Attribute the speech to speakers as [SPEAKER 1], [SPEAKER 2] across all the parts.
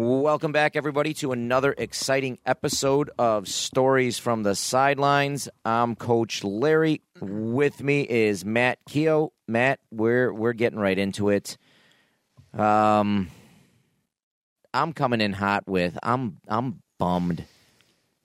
[SPEAKER 1] Welcome back, everybody, to another exciting episode of Stories from the Sidelines. I'm Coach Larry. With me is Matt Keogh. Matt, we're we're getting right into it. Um, I'm coming in hot with I'm I'm bummed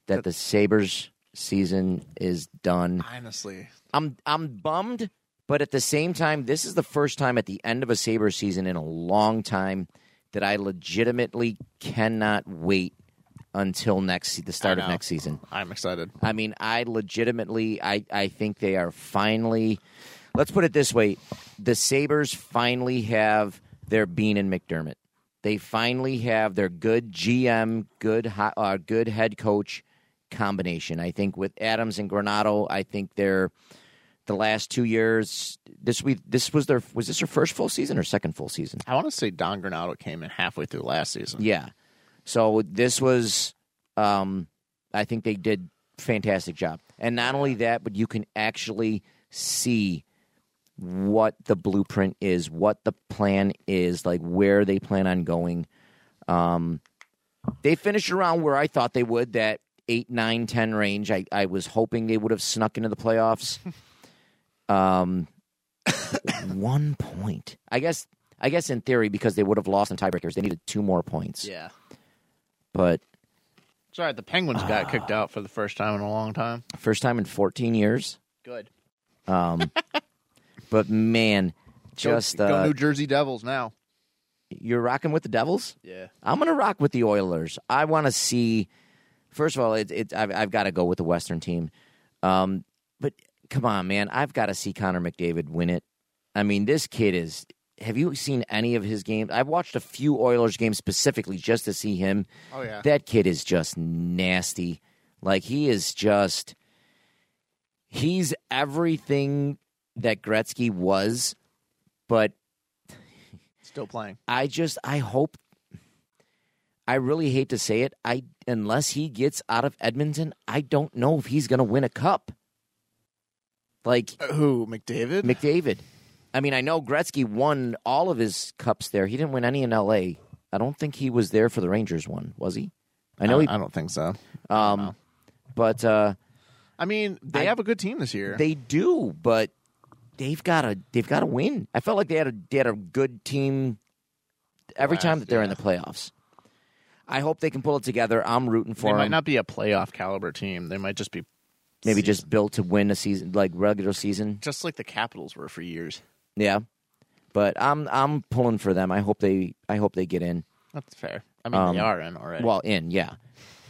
[SPEAKER 1] that the Sabers season is done.
[SPEAKER 2] Honestly,
[SPEAKER 1] I'm I'm bummed, but at the same time, this is the first time at the end of a Saber season in a long time that I legitimately cannot wait until next the start of
[SPEAKER 2] know.
[SPEAKER 1] next season.
[SPEAKER 2] I'm excited.
[SPEAKER 1] I mean, I legitimately I I think they are finally let's put it this way, the Sabres finally have their Bean and McDermott. They finally have their good GM, good hi- uh, good head coach combination. I think with Adams and Granado, I think they're the last two years. This week, this was their was this their first full season or second full season?
[SPEAKER 2] I want to say Don Granado came in halfway through last season.
[SPEAKER 1] Yeah. So this was, um, I think they did fantastic job, and not only that, but you can actually see what the blueprint is, what the plan is, like where they plan on going. Um, they finished around where I thought they would that eight, nine, ten range. I, I was hoping they would have snuck into the playoffs. um, one point, I guess. I guess in theory, because they would have lost in tiebreakers, they needed two more points.
[SPEAKER 2] Yeah.
[SPEAKER 1] But
[SPEAKER 2] Sorry, the Penguins
[SPEAKER 1] Ah.
[SPEAKER 2] got kicked out for the first time in a long time.
[SPEAKER 1] first time in 14 years.
[SPEAKER 2] Good.
[SPEAKER 1] Um, but man, just
[SPEAKER 2] go,
[SPEAKER 1] uh,
[SPEAKER 2] New Jersey Devils now.
[SPEAKER 1] you're rocking with the Devils.
[SPEAKER 2] Yeah.
[SPEAKER 1] I'm gonna rock with the Oilers. I want to see. First of all, it, it, I've, I've got to go with the Western team. Um, but come on, man, I've got to see Connor McDavid win it. I mean, this kid is. Have you seen any of his games? I've watched a few Oilers games specifically just to see him.
[SPEAKER 2] Oh yeah.
[SPEAKER 1] That kid is just nasty. Like he is just he's everything that Gretzky was, but
[SPEAKER 2] Still playing.
[SPEAKER 1] I just I hope I really hate to say it, I unless he gets out of Edmonton, I don't know if he's going to win a cup. Like
[SPEAKER 2] Who? McDavid.
[SPEAKER 1] Uh, McDavid. I mean, I know Gretzky won all of his cups there. He didn't win any in LA. I don't think he was there for the Rangers one, was he? I know he
[SPEAKER 2] I don't think so.
[SPEAKER 1] um,
[SPEAKER 2] know.
[SPEAKER 1] but uh,
[SPEAKER 2] I mean, they
[SPEAKER 1] I-
[SPEAKER 2] have a good team this year.
[SPEAKER 1] they do. But they've got to they've got to win. I felt like they had a they had a good team every
[SPEAKER 2] Last,
[SPEAKER 1] time that they're in
[SPEAKER 2] yeah.
[SPEAKER 1] the playoffs. I hope they can pull it together. I'm rooting
[SPEAKER 2] They
[SPEAKER 1] for
[SPEAKER 2] might
[SPEAKER 1] them.
[SPEAKER 2] not be a playoff caliber team. They might just be
[SPEAKER 1] Maybe just built to win a season like regular season.
[SPEAKER 2] just like the Capitals were for years.
[SPEAKER 1] Yeah, but I'm I'm pulling for them. I hope they I hope they get in.
[SPEAKER 2] That's fair. I mean,
[SPEAKER 1] Um,
[SPEAKER 2] they are in already.
[SPEAKER 1] Well, in yeah.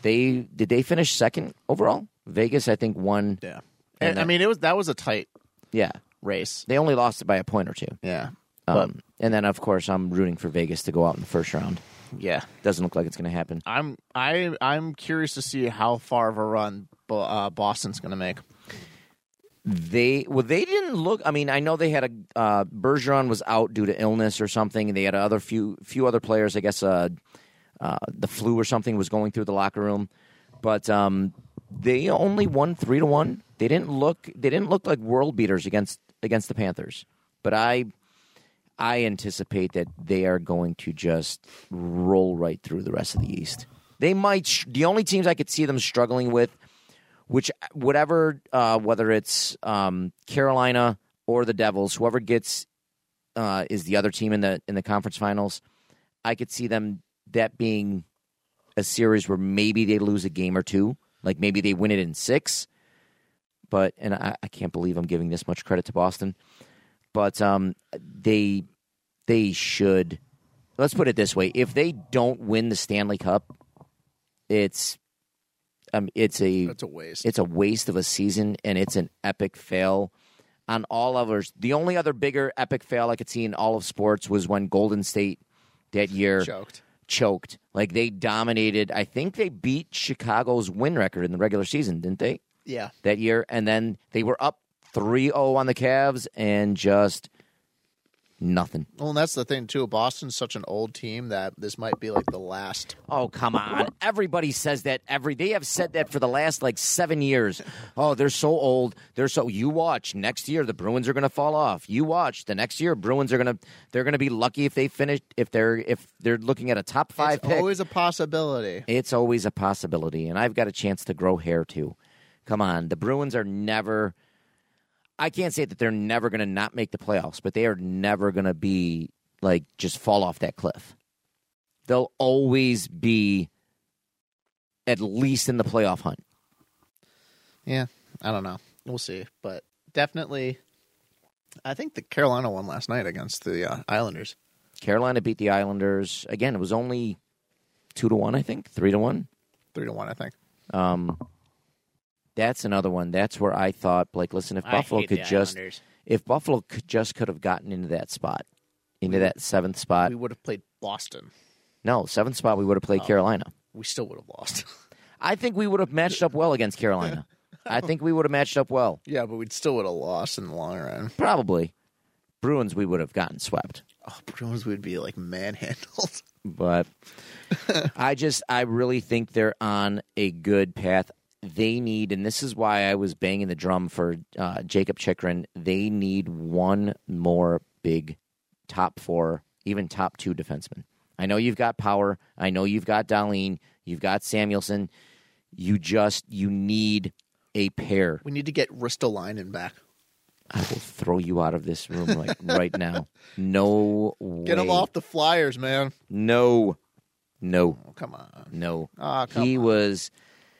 [SPEAKER 1] They did they finish second overall? Vegas, I think won.
[SPEAKER 2] yeah.
[SPEAKER 1] and
[SPEAKER 2] I- I
[SPEAKER 1] that-
[SPEAKER 2] mean, it was that was a tight
[SPEAKER 1] Yeah,
[SPEAKER 2] race.
[SPEAKER 1] they only lost it by a point or two.
[SPEAKER 2] Yeah. But
[SPEAKER 1] Um, and then, of course, I'm rooting for Vegas to go out in the first round.
[SPEAKER 2] yeah.
[SPEAKER 1] Doesn't look like it's going to happen.
[SPEAKER 2] I'm I I'm curious to see how far of a run Bo- uh, Boston's going to make.
[SPEAKER 1] They well, they didn't look. I mean, I know they had a uh, Bergeron was out due to illness or something, and they had other few few other players. I guess uh, uh, the flu or something was going through the locker room, but um, they only won three to one. They didn't look. They didn't look like world beaters against against the Panthers. But I I anticipate that they are going to just roll right through the rest of the East. They might. sh- The only teams I could see them struggling with, which whatever, uh, whether it's um, Carolina or the Devils, whoever gets uh, is the other team in the in the conference finals. I could see them that being a series where maybe they lose a game or two, like maybe they win it in six. But and I, I can't believe I'm giving this much credit to Boston but um, they they should. Let's put it this way: if they don't win the Stanley Cup, it's um, it's a
[SPEAKER 2] That's a waste.
[SPEAKER 1] it's a waste of a season, and it's an epic fail. on all others. The only other bigger epic fail I could see in all of sports was when Golden State that year
[SPEAKER 2] Choked.
[SPEAKER 1] choked. Like they dominated. I think they beat Chicago's win record in the regular season, didn't they?
[SPEAKER 2] Yeah.
[SPEAKER 1] That year, and then they were up 3-0 on the Cavs and just nothing.
[SPEAKER 2] Well, and that's the thing too. Boston's such an old team that this might be like the last.
[SPEAKER 1] Oh come on! Everybody says that every they have said that for the last like seven years. Oh, they're so old. They're so you watch next year the Bruins are going to fall off. You watch the next year Bruins are going to they're going to be lucky if they finish if they're if they're looking at a top five
[SPEAKER 2] It's
[SPEAKER 1] pick.
[SPEAKER 2] always a possibility.
[SPEAKER 1] it's always a possibility, and I've got a chance to grow hair too. Come on, the Bruins are never. I can't say that they're never going to not make the playoffs, but they are never going to be like just fall off that cliff. They'll always be at least in the playoff hunt.
[SPEAKER 2] Yeah, I don't know. We'll see, but definitely, I think the Carolina won last night against the uh, Islanders.
[SPEAKER 1] Carolina beat the Islanders again. It was only two to one, I think, three to one.
[SPEAKER 2] Three to one, I think.
[SPEAKER 1] Um, that's another one. That's where I thought, like, listen, if Buffalo could just if Buffalo could, just could have gotten into that spot, into that seventh spot.
[SPEAKER 2] we would have played Boston.
[SPEAKER 1] No, seventh spot, we would have played Carolina.
[SPEAKER 2] We still would have lost.
[SPEAKER 1] I think we would have matched up well against Carolina. I think we would have matched up well.
[SPEAKER 2] yeah, but we'd still would have lost in the long run.
[SPEAKER 1] Probably. Bruins, we would have gotten swept.
[SPEAKER 2] Oh, Bruins would be like manhandled.
[SPEAKER 1] But I just, I really think they're on a good path. They need, and this is why I was banging the drum for uh, Jacob Chikrin, they need one more big top four, even top two defenseman. I know you've got power. I know you've got Darlene. You've got Samuelson. You just, you need a pair.
[SPEAKER 2] We need to get Ristolainen back.
[SPEAKER 1] I will throw you out of this room like right now. No way.
[SPEAKER 2] Get him off the Flyers, man.
[SPEAKER 1] No, no,
[SPEAKER 2] Oh, come on.
[SPEAKER 1] no.
[SPEAKER 2] Ah, come
[SPEAKER 1] he
[SPEAKER 2] on.
[SPEAKER 1] was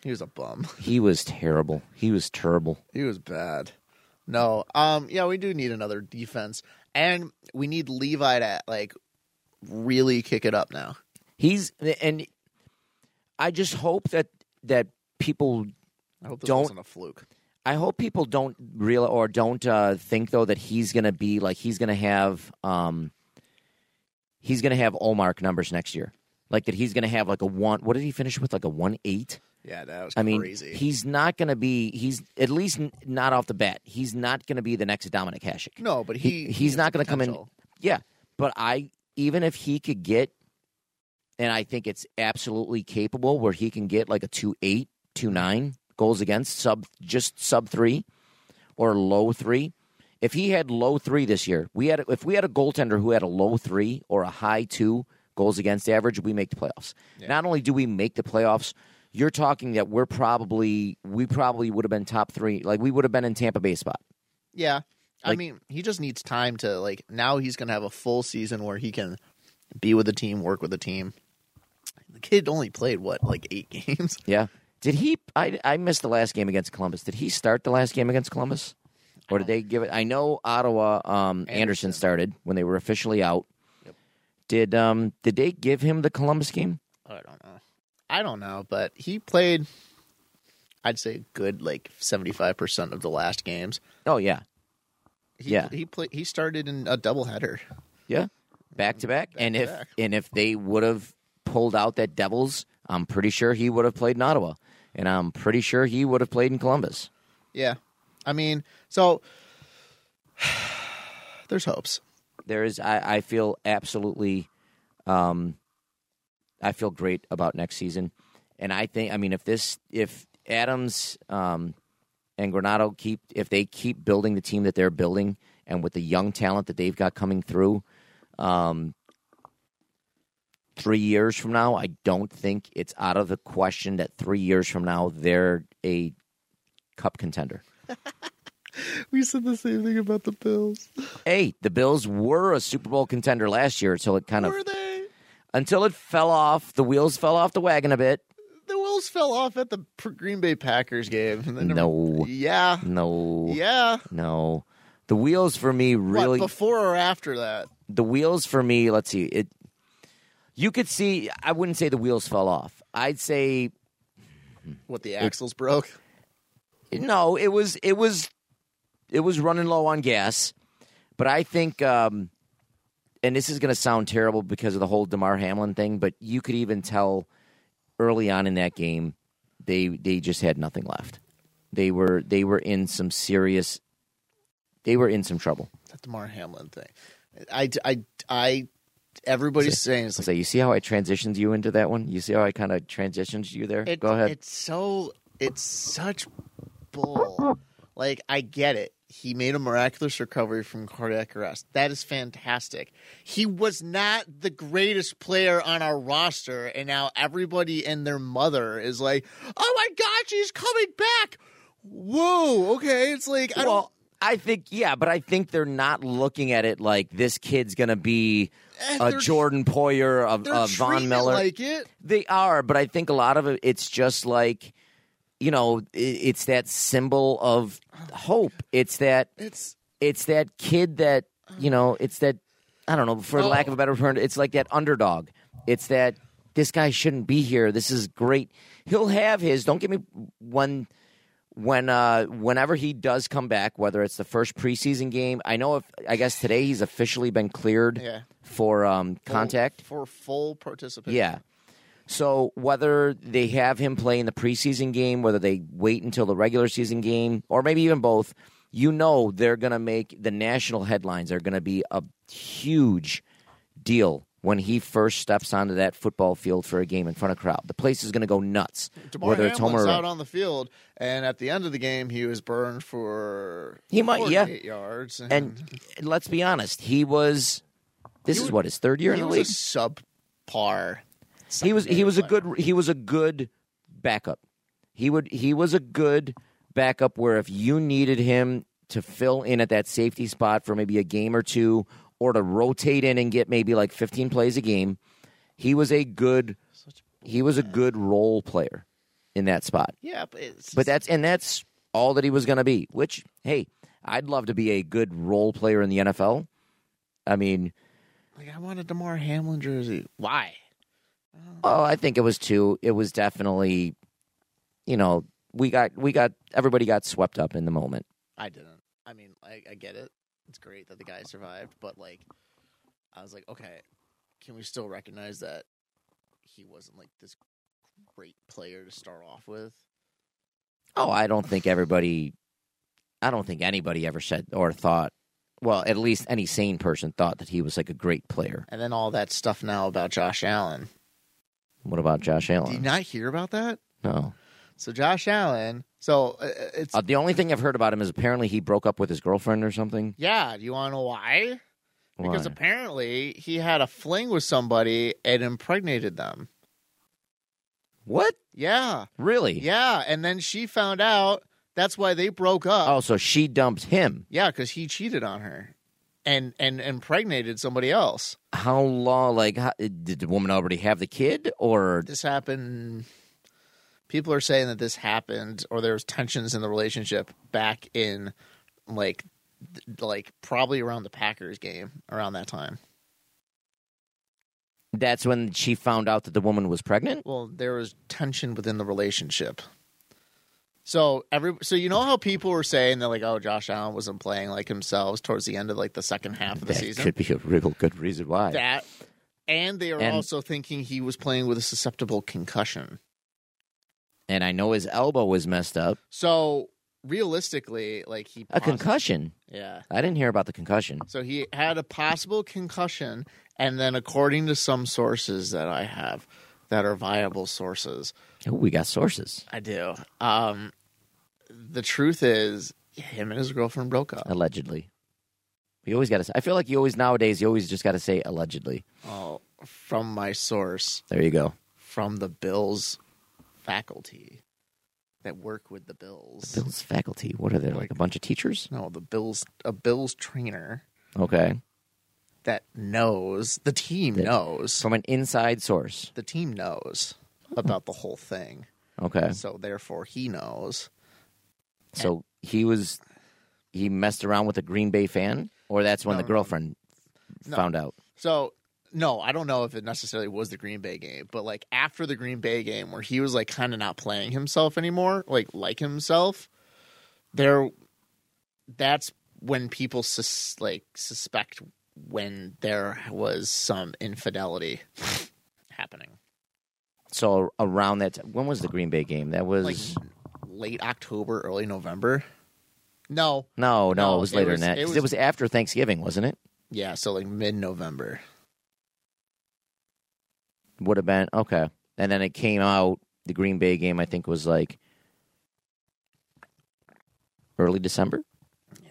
[SPEAKER 2] He was a bum.
[SPEAKER 1] he was terrible. He was terrible.
[SPEAKER 2] He was bad. No. Um. Yeah, we do need another defense, and we need Levi to like really kick it up now.
[SPEAKER 1] He's and I just hope that that people.
[SPEAKER 2] I hope this
[SPEAKER 1] Don't-
[SPEAKER 2] wasn't a fluke.
[SPEAKER 1] I hope people don't real or don't uh, think though that he's gonna be like he's gonna have um he's gonna have Olmark numbers next year. Like that he's gonna have like a one. What did he finish with? Like a one eight.
[SPEAKER 2] Yeah, that was
[SPEAKER 1] I mean,
[SPEAKER 2] crazy.
[SPEAKER 1] he's not going to be. He's at least n- not off the bat. He's not going to be the next Dominic Hasek.
[SPEAKER 2] no, but he,
[SPEAKER 1] he's not
[SPEAKER 2] going
[SPEAKER 1] gonna
[SPEAKER 2] to
[SPEAKER 1] come in- Yeah, but I even if he could get, and I think it's absolutely capable where he can get like a two eight, two nine goals against sub just sub three or low three. If he had low three this year, we had if we had a goaltender who had a low three or a high two goals against average, we make the playoffs. Not only do we make the playoffs, you're talking that we're probably we probably would have been top three, like we would have been in Tampa Bay spot.
[SPEAKER 2] Yeah. I
[SPEAKER 1] Like-
[SPEAKER 2] mean, he just needs time to like. Now he's going to have a full season where he can be with the team, work with the team. The kid only played what like eight games.
[SPEAKER 1] Yeah. Did he? I I missed the last game against Columbus. Did he start the last game against Columbus, or did they give it? I know Ottawa. Um, Anderson.
[SPEAKER 2] Anderson.
[SPEAKER 1] started when they were officially out. Did um did they give him the Columbus game?
[SPEAKER 2] I don't know. I don't know, but he played. I'd say a good like seventy five percent of the last games.
[SPEAKER 1] Oh yeah,
[SPEAKER 2] He,
[SPEAKER 1] Yeah.
[SPEAKER 2] he played. He started in a doubleheader.
[SPEAKER 1] yeah, back to back. And if
[SPEAKER 2] back.
[SPEAKER 1] and if they would have pulled out that Devils, I'm pretty sure he would have played in Ottawa, and I'm pretty sure he would have played in Columbus.
[SPEAKER 2] Yeah, I mean, so there's hopes.
[SPEAKER 1] there is I, I feel absolutely um I feel great about next season. And I think I mean if this if Adams um and Granado keep if they keep building the team that they're building and with the young talent that they've got coming through, um three years from now, I don't think it's out of the question that three years from now they're a cup contender.
[SPEAKER 2] We said the same thing about the Bills.
[SPEAKER 1] Hey, the Bills were a Super Bowl contender last year until it kind of
[SPEAKER 2] Were they?
[SPEAKER 1] until it fell off. The wheels fell off the wagon a bit.
[SPEAKER 2] The wheels fell off at the P- Green Bay Packers game. And they never-
[SPEAKER 1] No.
[SPEAKER 2] Yeah.
[SPEAKER 1] No,
[SPEAKER 2] Yeah.
[SPEAKER 1] no. The wheels for me really.
[SPEAKER 2] What, before or after that?
[SPEAKER 1] the wheels for me. Let's see. It. You could see. I wouldn't say the wheels fell off. I'd say
[SPEAKER 2] What the axles broke?
[SPEAKER 1] no. It was. It was. it was running low on gas, but I think, um, and this is going to sound terrible because of the whole Demar Hamlin thing, but you could even tell early on in that game they they just had nothing left. They were they were in some serious, they were in some trouble.
[SPEAKER 2] That Demar Hamlin thing. I, I, I. Everybody's saying it's like
[SPEAKER 1] So you see how I transitioned you into that one? You see how I kind of transitioned you there?
[SPEAKER 2] It-
[SPEAKER 1] Go ahead.
[SPEAKER 2] It's so it's such bull. Like I get it. He made a miraculous recovery from cardiac arrest. That is fantastic. He was not the greatest player on our roster, and now everybody and their mother is like, "Oh my God, she's coming back!" Whoa, okay. It's like I don't.
[SPEAKER 1] well, I think yeah, but I think they're not looking at it like this kid's gonna be
[SPEAKER 2] Eh,
[SPEAKER 1] a
[SPEAKER 2] they're-
[SPEAKER 1] uh, Jordan Poyer, a,
[SPEAKER 2] They're
[SPEAKER 1] a
[SPEAKER 2] treating
[SPEAKER 1] Von
[SPEAKER 2] it
[SPEAKER 1] Miller.
[SPEAKER 2] like it.
[SPEAKER 1] they are, but I think a lot of it, it's just like you know, i it's that symbol of hope. It's that
[SPEAKER 2] It's
[SPEAKER 1] it's that kid that you know. It's that I don't know for
[SPEAKER 2] Oh.
[SPEAKER 1] lack of a better term. It's like that underdog. It's that this guy shouldn't be here. This is great. He'll have his. Don't get me one when uh whenever he does come back, whether it's the first preseason game, I know if I guess today he's officially been cleared
[SPEAKER 2] Yeah.
[SPEAKER 1] for um
[SPEAKER 2] full-
[SPEAKER 1] contact.
[SPEAKER 2] for full participation.
[SPEAKER 1] Yeah. So whether they have him play in the preseason game, whether they wait until the regular season game, or maybe even both, you know they're going to make the national headlines. Are going to be a huge deal when he first steps onto that football field for a game in front of crowd. The place is going to go nuts,
[SPEAKER 2] DeMar
[SPEAKER 1] whether it's home
[SPEAKER 2] Hamlin's
[SPEAKER 1] or
[SPEAKER 2] out on the field, and at the end of the game, he was burned for
[SPEAKER 1] He might- yeah.
[SPEAKER 2] 48 yards. And,
[SPEAKER 1] And let's be honest, he was. This is what his third year in
[SPEAKER 2] he
[SPEAKER 1] the
[SPEAKER 2] was
[SPEAKER 1] league.
[SPEAKER 2] a subpar.
[SPEAKER 1] he was he was a
[SPEAKER 2] player.
[SPEAKER 1] good he was a good backup. He would he was a good backup where if you needed him to fill in at that safety spot for maybe a game or two or to rotate in and get maybe like 15 plays a game, he was a good he was a good role player in that spot.
[SPEAKER 2] Yeah, but, it's,
[SPEAKER 1] But that's and that's all that he was going to be. Which, hey, I'd love to be a good role player in the NFL. I mean,
[SPEAKER 2] like I want a Demar Hamlin jersey. Why?
[SPEAKER 1] Oh, I think it was two. It was definitely, you know, we got we got everybody got swept up in the moment.
[SPEAKER 2] I didn't. I mean, I, I get it. It's great that the guy survived, but like, I was like, okay, can we still recognize that he wasn't like this great player to start off with?
[SPEAKER 1] Oh, I don't think everybody, I don't think anybody ever said or thought. Well, at least any sane person thought that he was like a great player.
[SPEAKER 2] And then all that stuff now about Josh Allen.
[SPEAKER 1] What about Josh
[SPEAKER 2] Did you
[SPEAKER 1] Allen?
[SPEAKER 2] not hear about that?
[SPEAKER 1] No.
[SPEAKER 2] So Josh Allen. So uh, it's
[SPEAKER 1] Uh, the only thing I've heard about him is apparently he broke up with his girlfriend or something.
[SPEAKER 2] yeah. Do you want to know why? Because
[SPEAKER 1] Why?
[SPEAKER 2] apparently he had a fling with somebody and impregnated them.
[SPEAKER 1] what?
[SPEAKER 2] Yeah,
[SPEAKER 1] Really?
[SPEAKER 2] yeah. And then she found out. That's why they broke up.
[SPEAKER 1] Oh, so she dumped him.
[SPEAKER 2] Yeah, because he cheated on her, and and impregnated somebody else.
[SPEAKER 1] How long? Like, how, did the woman already have the kid, or
[SPEAKER 2] This happened. People are saying that this happened, or there was tensions in the relationship back in, like, th- like probably around the Packers game around that time.
[SPEAKER 1] that's when she found out that the woman was pregnant?
[SPEAKER 2] Well, there was tension within the relationship. So every so you know how people were saying that like oh Josh Allen wasn't playing like himself towards the end of like the second half of the
[SPEAKER 1] that
[SPEAKER 2] season.
[SPEAKER 1] could be a real good reason why.
[SPEAKER 2] that and they are
[SPEAKER 1] And-
[SPEAKER 2] also thinking he was playing with a susceptible concussion.
[SPEAKER 1] and I know his elbow was messed up.
[SPEAKER 2] So realistically, like he
[SPEAKER 1] A
[SPEAKER 2] possi-
[SPEAKER 1] concussion.
[SPEAKER 2] Yeah.
[SPEAKER 1] I didn't hear about the concussion.
[SPEAKER 2] So he had a possible concussion, and then according to some sources that I have, that are viable sources,
[SPEAKER 1] Oh, we got sources.
[SPEAKER 2] I do. Um, the truth is, him and his girlfriend broke up.
[SPEAKER 1] Allegedly. You always got to. I feel like you always nowadays. You always just got to say allegedly.
[SPEAKER 2] Oh, from my source,
[SPEAKER 1] There you go.
[SPEAKER 2] from the Bills faculty that work with the Bills.
[SPEAKER 1] Bill's faculty. What are they like? A bunch of teachers?
[SPEAKER 2] No, the Bills, a Bills trainer
[SPEAKER 1] Okay.
[SPEAKER 2] that knows the team
[SPEAKER 1] That-
[SPEAKER 2] knows
[SPEAKER 1] From an inside source.
[SPEAKER 2] the team knows about the whole thing.
[SPEAKER 1] Okay.
[SPEAKER 2] So therefore, he knows.
[SPEAKER 1] So he was. He messed around with a Green Bay fan, or that's when
[SPEAKER 2] No,
[SPEAKER 1] the
[SPEAKER 2] no.
[SPEAKER 1] girlfriend
[SPEAKER 2] No.
[SPEAKER 1] found out.
[SPEAKER 2] So no, I don't know if it necessarily was the Green Bay game, but like after the Green Bay game where he was like kind of not playing himself anymore, like like himself, there that's when people sus- like suspect when there was some infidelity happening.
[SPEAKER 1] So around that, time, when was the Green Bay game? That was
[SPEAKER 2] Like late October, early November. No,
[SPEAKER 1] no, no,
[SPEAKER 2] no,
[SPEAKER 1] It was
[SPEAKER 2] it
[SPEAKER 1] later
[SPEAKER 2] was-
[SPEAKER 1] than that.
[SPEAKER 2] it
[SPEAKER 1] 'cause It was,
[SPEAKER 2] was-
[SPEAKER 1] after Thanksgiving, wasn't it?
[SPEAKER 2] yeah, so like mid November.
[SPEAKER 1] Would have been okay. And then it came out. The Green Bay game, I think, was like early December.
[SPEAKER 2] Yeah.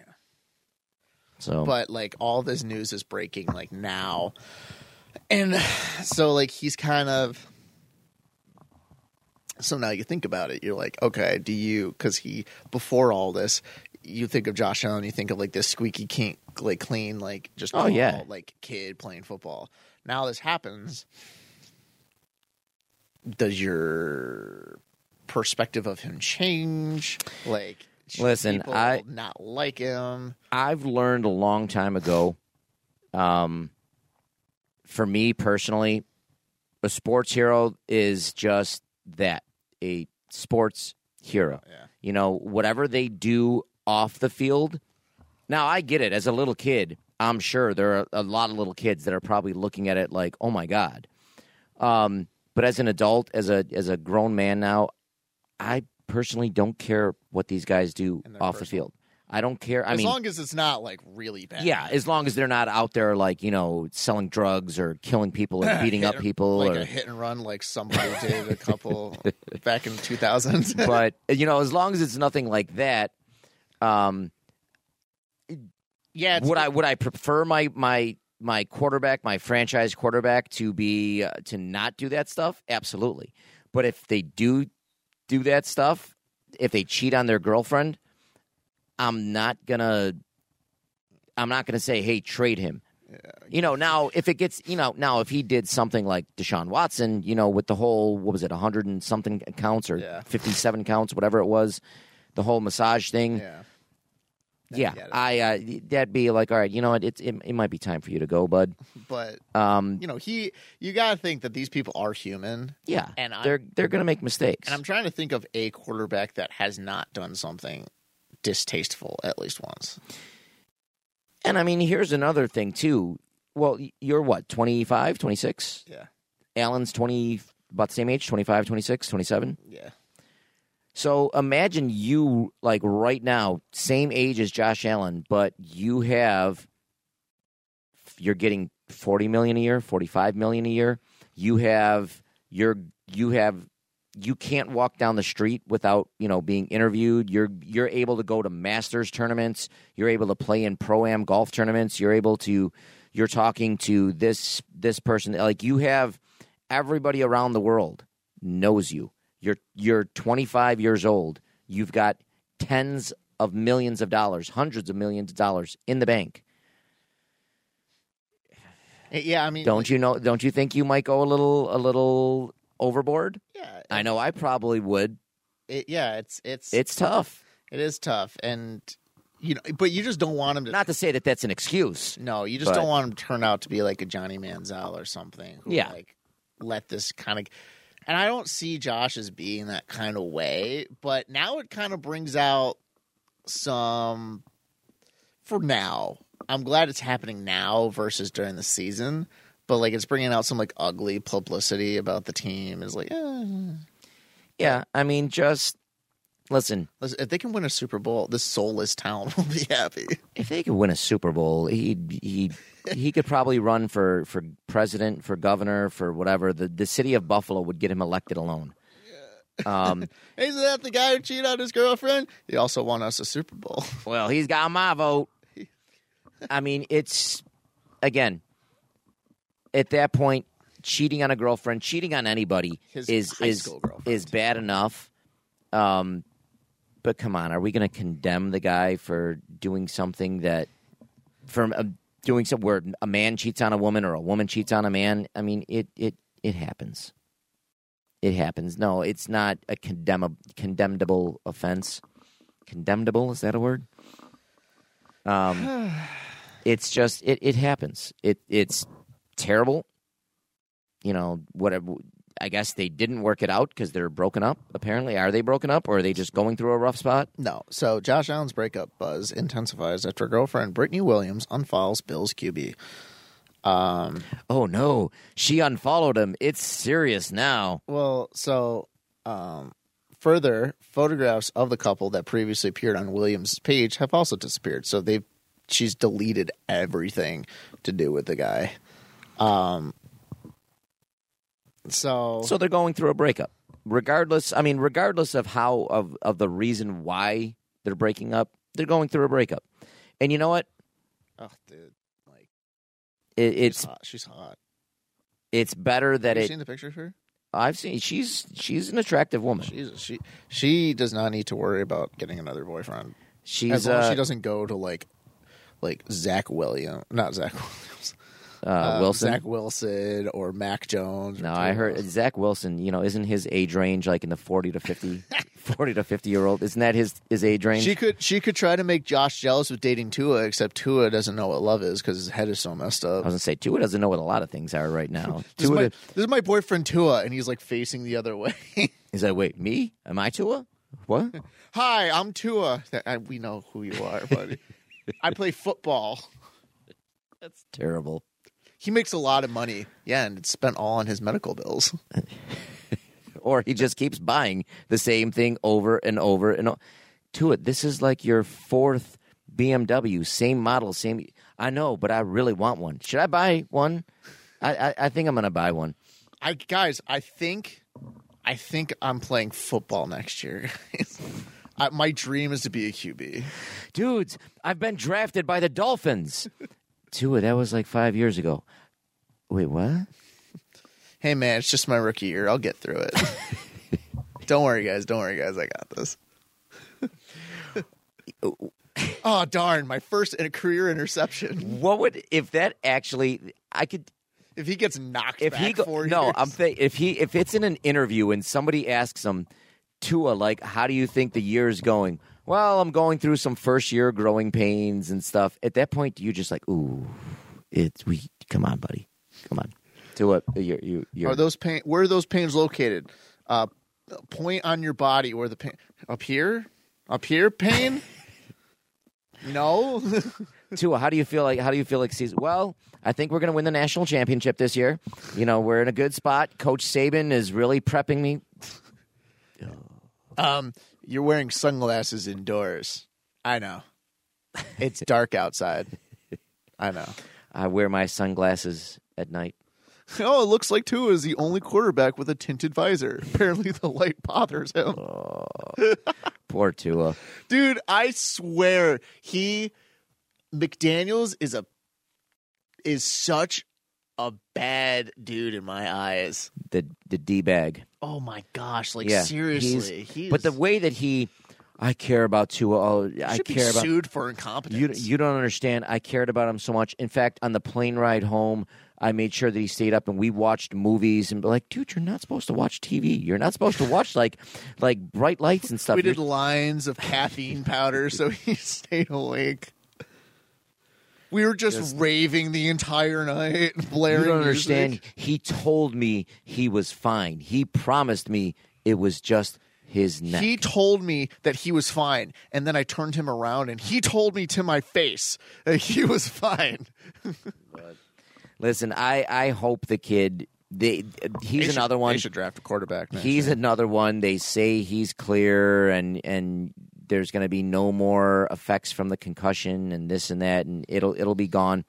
[SPEAKER 1] So,
[SPEAKER 2] but like all this news is breaking like now and so like he's kind of so now you think about it you're like okay do you because he before all this you think of josh allen you think of like this squeaky kink like clean like just
[SPEAKER 1] Oh, yeah.
[SPEAKER 2] normal, like kid playing football now this happens does your perspective of him change like should
[SPEAKER 1] Listen,
[SPEAKER 2] people
[SPEAKER 1] I-
[SPEAKER 2] not like him
[SPEAKER 1] I've learned a long time ago. Um, for me personally, a sports hero is just that a sports hero.
[SPEAKER 2] Yeah.
[SPEAKER 1] You know, whatever they do off the field. Now, I get it. As a little kid, I'm sure there are a lot of little kids that are probably looking at it like, oh my God. Um, but as an adult, as a as a grown man now, I personally don't care what these guys do
[SPEAKER 2] And their
[SPEAKER 1] off the
[SPEAKER 2] personal-
[SPEAKER 1] field. I don't care. I
[SPEAKER 2] as
[SPEAKER 1] mean,
[SPEAKER 2] long as it's not like really bad.
[SPEAKER 1] yeah, as long as they're not out there like you know selling drugs or killing people or beating up
[SPEAKER 2] Hit-
[SPEAKER 1] people.
[SPEAKER 2] like
[SPEAKER 1] or,
[SPEAKER 2] a hit and run, like somebody did a couple back in two thousand.
[SPEAKER 1] but you know, as long as it's nothing like that, um,
[SPEAKER 2] yeah, it's,
[SPEAKER 1] would I would I prefer my my my quarterback, my franchise quarterback, to be uh, to not do that stuff? Absolutely. But if they do do that stuff, if they cheat on their girlfriend, I'm not gonna I'm not gonna say, hey, trade him. You know, now if it gets, you know, now if he did something like Deshaun Watson, you know, with the whole what was it, hundred and something counts or
[SPEAKER 2] Yeah.
[SPEAKER 1] fifty-seven counts, whatever it was, the whole massage thing.
[SPEAKER 2] yeah, I
[SPEAKER 1] Yeah,
[SPEAKER 2] get it.
[SPEAKER 1] I uh, that'd be like, all right, you know what? It's it, it might be time for you to go, bud.
[SPEAKER 2] but
[SPEAKER 1] Um,
[SPEAKER 2] you know, he you gotta think that these people are human,
[SPEAKER 1] yeah,
[SPEAKER 2] And I-
[SPEAKER 1] they're they're gonna make mistakes.
[SPEAKER 2] and I'm trying to think of a quarterback that has not done something distasteful at least once.
[SPEAKER 1] And I mean, here's another thing too. Well, y- you're what, 25, 26?
[SPEAKER 2] Yeah,
[SPEAKER 1] Alan's 20, about the same age, 25, 26, 27.
[SPEAKER 2] yeah,
[SPEAKER 1] So imagine you, like right now, same age as Josh Allen, but you have, you're getting 40 million a year, 45 million a year. You have, you're, you have, you can't walk down the street without, you know, being interviewed. You're, you're able to go to masters tournaments. You're able to play in pro-am golf tournaments. You're able to, you're talking to this, this person. Like you have everybody around the world knows you. You're you're 25 years old. You've got tens of millions of dollars, hundreds of millions of dollars in the bank.
[SPEAKER 2] Eh, yeah. I mean,
[SPEAKER 1] Don't you know? Don't you think you might go a little a little overboard?
[SPEAKER 2] Yeah,
[SPEAKER 1] I know I probably would.
[SPEAKER 2] it, yeah. It's it's
[SPEAKER 1] It's tough.
[SPEAKER 2] it is tough, and you know, but you just don't want him to
[SPEAKER 1] Not to say that that's an excuse.
[SPEAKER 2] No, you just
[SPEAKER 1] But-
[SPEAKER 2] don't want him to turn out to be like a Johnny Manziel or something. Who,
[SPEAKER 1] Yeah.
[SPEAKER 2] Like, let this kind of. And I don't see Josh as being that kind of way, but now it kind of brings out some. For now, I'm glad it's happening now versus during the season, but like it's bringing out some like ugly publicity about the team. Is like, eh.
[SPEAKER 1] Yeah, I mean, just listen.
[SPEAKER 2] Listen, if they can win a Super Bowl, this soulless town will be happy.
[SPEAKER 1] If they could win a Super Bowl, he he he could probably run for for president, for governor, for whatever. The the city of Buffalo would get him elected alone. Um,
[SPEAKER 2] Isn't that the guy who cheated on his girlfriend? He also won us a Super Bowl.
[SPEAKER 1] well, he's got my vote. I mean, it's again at that point, cheating on a girlfriend, cheating on anybody
[SPEAKER 2] His
[SPEAKER 1] is
[SPEAKER 2] high
[SPEAKER 1] is
[SPEAKER 2] school girlfriend.
[SPEAKER 1] is bad enough. Um, but come on, are we going to condemn the guy for doing something that from uh, doing some where a man cheats on a woman or a woman cheats on a man? I mean, it it it happens. It happens. No, it's not a condemn condemnable offense. Condemnable is that a word? Um, it's just it it happens. It it's terrible. You know whatever I guess they didn't work it out because they're broken up. Apparently, are they broken up or are they just going through a rough spot?
[SPEAKER 2] No. So Josh Allen's breakup buzz intensifies after girlfriend Brittany Williams unfiles Bill's QB.
[SPEAKER 1] Oh no, she unfollowed him. It's serious now.
[SPEAKER 2] Well, so um, further photographs of the couple that previously appeared on Williams' page have also disappeared. So they've she's deleted everything to do with the guy. Um, so,
[SPEAKER 1] So they're going through a breakup. Regardless, I mean, regardless of how of of the reason why they're breaking up, they're going through a breakup. And you know what?
[SPEAKER 2] oh, dude, like
[SPEAKER 1] It,
[SPEAKER 2] she's
[SPEAKER 1] it's
[SPEAKER 2] hot. She's hot.
[SPEAKER 1] it's better that
[SPEAKER 2] Have you
[SPEAKER 1] it.
[SPEAKER 2] seen the picture of her?
[SPEAKER 1] I've seen she's she's an attractive woman.
[SPEAKER 2] Jesus, she she does not need to worry about getting another boyfriend as
[SPEAKER 1] She's
[SPEAKER 2] long as
[SPEAKER 1] uh,
[SPEAKER 2] she doesn't go to like like Zach Williams, not Zach Williams,
[SPEAKER 1] uh,
[SPEAKER 2] um,
[SPEAKER 1] Wilson.
[SPEAKER 2] Zach Wilson or Mac Jones. or
[SPEAKER 1] no,
[SPEAKER 2] Taylor
[SPEAKER 1] I heard
[SPEAKER 2] Wilson.
[SPEAKER 1] Zach Wilson. You know, isn't his age range like in the forty to 50, 40 to fifty year old? Isn't that his his age range?
[SPEAKER 2] She could she could try to make Josh jealous with dating Tua, except Tua doesn't know what love is because his head is so messed
[SPEAKER 1] I
[SPEAKER 2] up.
[SPEAKER 1] was gonna say Tua doesn't know what a lot of things are right now.
[SPEAKER 2] this, is
[SPEAKER 1] Uh, Tua,
[SPEAKER 2] my, this is my boyfriend Tua, and he's like facing the other way.
[SPEAKER 1] he's like, wait, me? Am I Tua? What?
[SPEAKER 2] Hi, I'm Tua. That- I- we know who you are, buddy. I play football.
[SPEAKER 1] That's terrible.
[SPEAKER 2] He makes a lot of money. Yeah, and it's spent all on his medical bills.
[SPEAKER 1] or he just keeps buying the same thing over and over and o- to it. This is like your fourth BMW, same model, same. I know, but I really want one. Should I buy one? I I, I think I'm gonna buy one.
[SPEAKER 2] I guys, I think, I think I'm playing football next year. I, my dream is to be a QB.
[SPEAKER 1] Dudes, I've been drafted by the Dolphins. Tua, that was like five years ago. Wait, what?
[SPEAKER 2] Hey man, it's just my rookie year. I'll get through it. don't worry, guys. Don't worry, guys. I got this. oh darn! My first in- career interception.
[SPEAKER 1] What would if that actually? I could
[SPEAKER 2] If he gets knocked,
[SPEAKER 1] if
[SPEAKER 2] back
[SPEAKER 1] he go,
[SPEAKER 2] four
[SPEAKER 1] no,
[SPEAKER 2] years-
[SPEAKER 1] I'm think if he if it's in an interview and somebody asks him, Tua, like, how do you think the year is going? Well, I'm going through some first year growing pains and stuff. At that point, you just like, ooh, it's we. Come on, buddy, come on. Tua, you you you.
[SPEAKER 2] Are those pain? Where are those pains located? Uh, point on your body where the pain up here, up here. Pain. no.
[SPEAKER 1] Tua, how do you feel like how do you feel like season? Well, I think we're going to win the national championship this year. You know, we're in a good spot. Coach Saban is really prepping me.
[SPEAKER 2] Um, you're wearing sunglasses indoors. I know. It's dark outside. I know.
[SPEAKER 1] I wear my sunglasses at night.
[SPEAKER 2] Oh, it looks like Tua is the only quarterback with a tinted visor. Apparently, the light bothers him.
[SPEAKER 1] Oh. Poor Tua.
[SPEAKER 2] Dude, I swear he McDaniel's is a is such a bad dude in my eyes.
[SPEAKER 1] The the d bag.
[SPEAKER 2] Oh my gosh! Like
[SPEAKER 1] Yeah,
[SPEAKER 2] seriously,
[SPEAKER 1] he's-
[SPEAKER 2] he
[SPEAKER 1] But
[SPEAKER 2] is-
[SPEAKER 1] the way that he, I care about Tua. Oh, I
[SPEAKER 2] should be
[SPEAKER 1] care about
[SPEAKER 2] sued for incompetence.
[SPEAKER 1] you. You don't understand. I cared about him so much. In fact, on the plane ride home, I made sure that he stayed up and we watched movies and be like, dude, you're not supposed to watch TV. You're not supposed to watch like, like bright lights and stuff.
[SPEAKER 2] we did
[SPEAKER 1] You're-
[SPEAKER 2] lines of caffeine powder so he stayed awake. We were just raving the entire night, blaring.
[SPEAKER 1] you don't
[SPEAKER 2] music.
[SPEAKER 1] understand. He told me he was fine. He promised me it was just his neck.
[SPEAKER 2] He told me that he was fine, and then I turned him around, and he told me to my face that he was fine.
[SPEAKER 1] Listen, I I hope the kid. They, he's another one.
[SPEAKER 2] They should draft a quarterback. Next
[SPEAKER 1] He's another one. They say he's clear, and and there's going to be no more effects from the concussion and this and that, and it'll it'll be gone.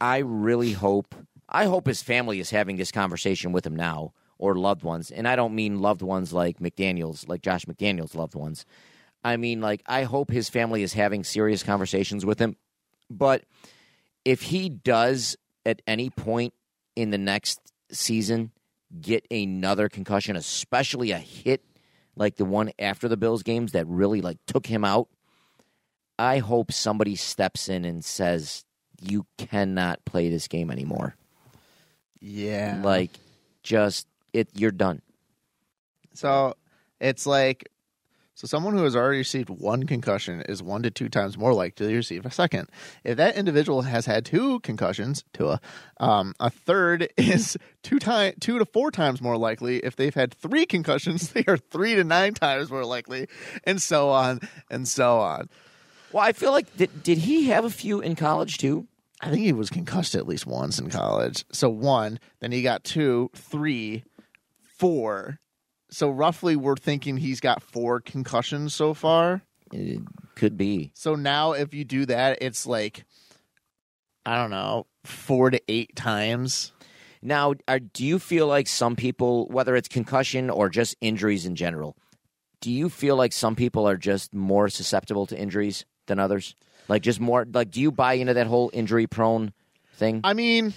[SPEAKER 1] I really hope. I hope his family is having this conversation with him now, or loved ones, and I don't mean loved ones like McDaniel's, like Josh McDaniel's loved ones. I mean, like I hope his family is having serious conversations with him, but if he does at any point in the next season get another concussion, especially a hit like the one after the Bills games that really like took him out, I hope somebody steps in and says you cannot play this game anymore.
[SPEAKER 2] yeah.
[SPEAKER 1] Like just it you're done.
[SPEAKER 2] so it's like, So someone who has already received one concussion is one to two times more likely to receive a second. If that individual has had two concussions, Tua, um, a third is two time, two to four times more likely. If they've had three concussions, they are three to nine times more likely, and so on and so on.
[SPEAKER 1] Well, I feel like did, did he have a few in college too?
[SPEAKER 2] I think he was concussed at least once in college. So one, then he got two, three, four. So roughly, we're thinking he's got four concussions so far.
[SPEAKER 1] It could be.
[SPEAKER 2] So now, if you do that, it's like I don't know, four to eight times.
[SPEAKER 1] Now, are, do you feel like some people, whether it's concussion or just injuries in general, do you feel like some people are just more susceptible to injuries than others? Like just more like do you buy into that whole injury prone thing?
[SPEAKER 2] I mean,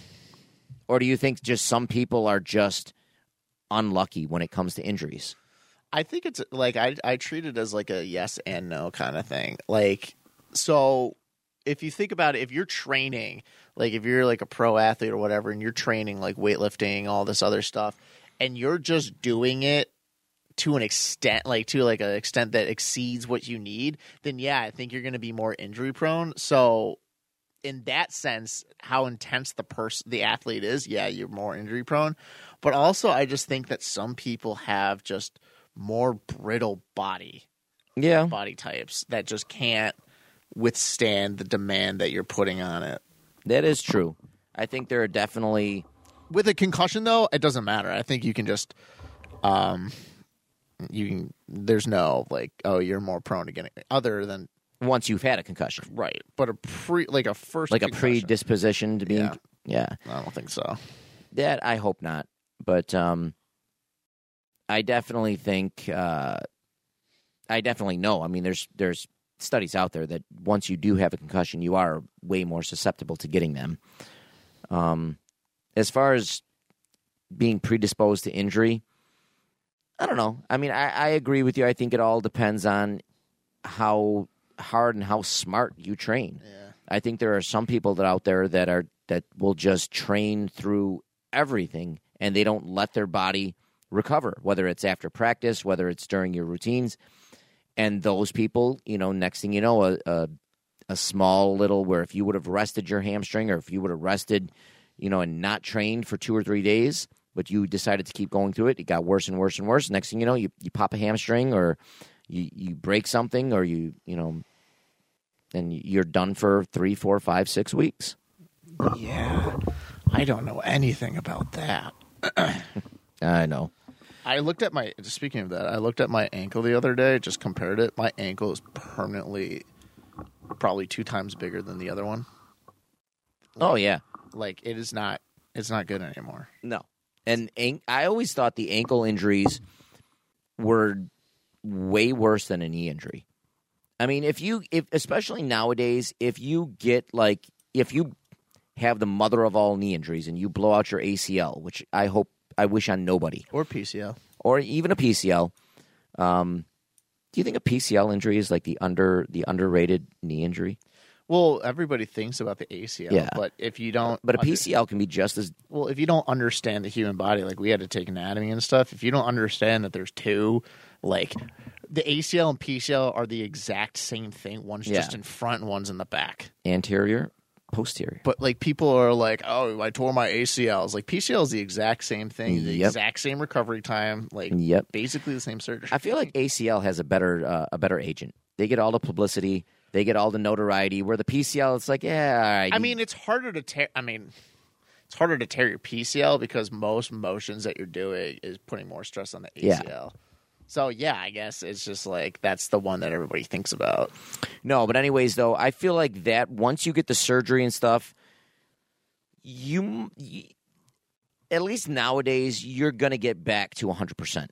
[SPEAKER 1] or do you think just some people are just unlucky when it comes to injuries?
[SPEAKER 2] I think it's like I I treat it as like a yes and no kind of thing. Like so if you think about it, if you're training, like if you're like a pro athlete or whatever and you're training like weightlifting, all this other stuff, and you're just doing it to an extent like to like an extent that exceeds what you need, then yeah, I think you're going to be more injury prone. So in that sense, how intense the person, the athlete is, yeah, you're more injury prone. But also, I just think that some people have just more brittle body
[SPEAKER 1] Yeah.
[SPEAKER 2] body types that just can't withstand the demand that you're putting on it.
[SPEAKER 1] That is true. I think there are definitely
[SPEAKER 2] With a concussion, though, it doesn't matter. I think you can just, um, you can. There's no like, oh, you're more prone to getting other than
[SPEAKER 1] once you've had a concussion.
[SPEAKER 2] right, but a pre like a first
[SPEAKER 1] Like a
[SPEAKER 2] concussion,
[SPEAKER 1] predisposition to being
[SPEAKER 2] Yeah.
[SPEAKER 1] yeah.
[SPEAKER 2] I don't think so.
[SPEAKER 1] That I hope not, but um, I definitely think uh, I definitely know. I mean, there's there's studies out there that once you do have a concussion, you are way more susceptible to getting them. Um, as far as being predisposed to injury, I don't know. I mean, I, I agree with you. I think it all depends on how hard and how smart you train.
[SPEAKER 2] Yeah.
[SPEAKER 1] I think there are some people that out there that are that will just train through everything and they don't let their body recover, whether it's after practice, whether it's during your routines. And those people, you know, next thing you know, a a, a small little where if you would have rested your hamstring or if you would have rested, you know, and not trained for two or three days, but you decided to keep going through it, it got worse and worse and worse. Next thing you know, you, you pop a hamstring or you, you break something or you, you know, and you're done for three, four, five, six weeks.
[SPEAKER 2] Yeah, I don't know anything about that.
[SPEAKER 1] I know.
[SPEAKER 2] I looked at my. Speaking of that, I looked at my ankle the other day. Just compared it. My ankle is permanently, probably two times bigger than the other one.
[SPEAKER 1] Oh yeah,
[SPEAKER 2] Like it is not. It's not good anymore.
[SPEAKER 1] no. And an- I always thought the ankle injuries were way worse than a knee injury. I mean, if you, if especially nowadays, if you get like, if you have the mother of all knee injuries and you blow out your ACL, which I hope, I wish on nobody,
[SPEAKER 2] Or PCL.
[SPEAKER 1] or even a PCL. Um, do you think a PCL injury is like the under the underrated knee injury?
[SPEAKER 2] Well, everybody thinks about the ACL,
[SPEAKER 1] Yeah.
[SPEAKER 2] but if you don't,
[SPEAKER 1] But a
[SPEAKER 2] under-
[SPEAKER 1] PCL can be just as
[SPEAKER 2] well, if you don't understand the human body, like we had to take anatomy and stuff. If you don't understand that there's two, like the ACL and PCL are the exact same thing. One's
[SPEAKER 1] Yeah.
[SPEAKER 2] just in front, and one's in the back.
[SPEAKER 1] anterior, posterior.
[SPEAKER 2] But like people are like, oh, I tore my ACL. It's like PCL is the exact same thing, the
[SPEAKER 1] Yep.
[SPEAKER 2] exact same recovery time, like
[SPEAKER 1] Yep.
[SPEAKER 2] basically the same surgery.
[SPEAKER 1] I feel like ACL has a better uh, a better agent. They get all the publicity, they get all the notoriety. Where the PCL, it's like, yeah, all right.
[SPEAKER 2] I
[SPEAKER 1] you-
[SPEAKER 2] mean, it's harder to tear. I mean, it's harder to tear your PCL because most motions that you're doing is putting more stress on the
[SPEAKER 1] Yeah.
[SPEAKER 2] ACL. So yeah, I guess it's just like that's the one that everybody thinks about.
[SPEAKER 1] no. But anyways, though, I feel like that once you get the surgery and stuff, you, you at least nowadays you're gonna get back to hundred percent.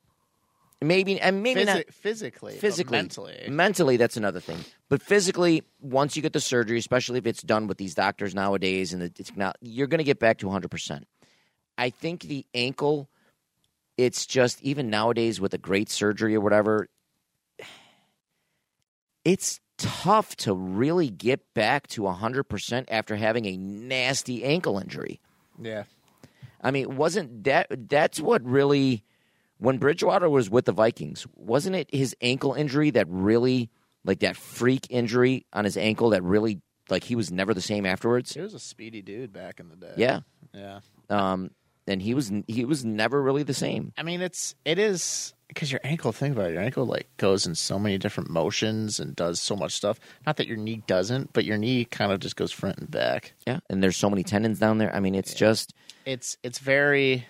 [SPEAKER 1] Maybe and maybe
[SPEAKER 2] Physi-
[SPEAKER 1] not.
[SPEAKER 2] physically, but
[SPEAKER 1] physically Mm.
[SPEAKER 2] mentally.
[SPEAKER 1] mentally that's another thing but physically once you get the surgery especially if it's done with these doctors nowadays and the technology you're going to get back to 100% i think the ankle it's just even nowadays with a great surgery or whatever it's tough to really get back to 100% after having a nasty ankle injury
[SPEAKER 2] yeah,
[SPEAKER 1] I mean, wasn't that that's what really when Bridgewater was with the Vikings, wasn't it his ankle injury that really, like that freak injury on his ankle that really, like he was never the same afterwards?
[SPEAKER 2] He was a speedy dude back in the day.
[SPEAKER 1] Yeah.
[SPEAKER 2] Yeah.
[SPEAKER 1] Um, and he was he was never really the same.
[SPEAKER 2] I mean, it's it is because your ankle. Think about it. Your ankle like goes in so many different motions and does so much stuff. Not that your knee doesn't, but your knee kind of just goes front and back.
[SPEAKER 1] Yeah. And there's so many tendons down there. I mean, it's just
[SPEAKER 2] It's it's very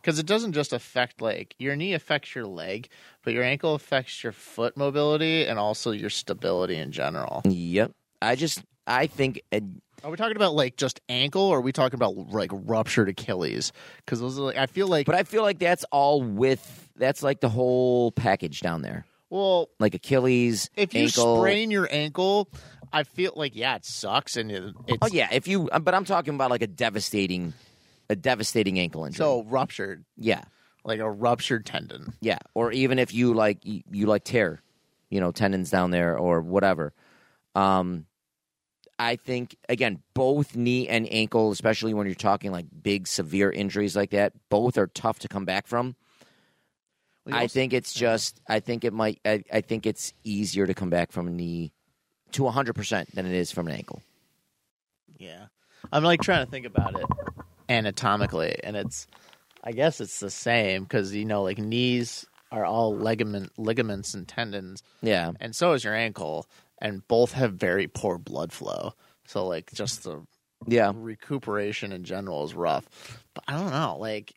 [SPEAKER 2] because it doesn't just affect like your knee affects your leg, but your ankle affects your foot mobility and also your stability in general.
[SPEAKER 1] yep. I just I think uh,
[SPEAKER 2] Are we talking about like just ankle, or are we talking about like ruptured Achilles? Because those are like I feel like
[SPEAKER 1] But I feel like that's all with that's like the whole package down there,
[SPEAKER 2] well
[SPEAKER 1] like Achilles,
[SPEAKER 2] if you
[SPEAKER 1] ankle.
[SPEAKER 2] sprain your ankle, I feel like yeah it sucks and it, it's
[SPEAKER 1] oh yeah, if you. But I'm talking about like a devastating, a devastating ankle injury.
[SPEAKER 2] so ruptured,
[SPEAKER 1] yeah,
[SPEAKER 2] like a ruptured tendon.
[SPEAKER 1] yeah. Or even if you like you, you like tear, you know, tendons down there or whatever. Um, I think again, both knee and ankle, especially when you're talking like big severe injuries like that, both are tough to come back from.
[SPEAKER 2] We
[SPEAKER 1] I
[SPEAKER 2] also-
[SPEAKER 1] think it's just. I think it might. I, I think it's easier to come back from a knee to 100 percent than it is from an ankle.
[SPEAKER 2] yeah. I'm like trying to think about it anatomically, and it's I guess it's the same because you know like knees are all ligament ligaments and tendons,
[SPEAKER 1] Yeah,
[SPEAKER 2] and so is your ankle, and both have very poor blood flow. So like just the
[SPEAKER 1] yeah.
[SPEAKER 2] recuperation in general is rough. But I don't know. Like,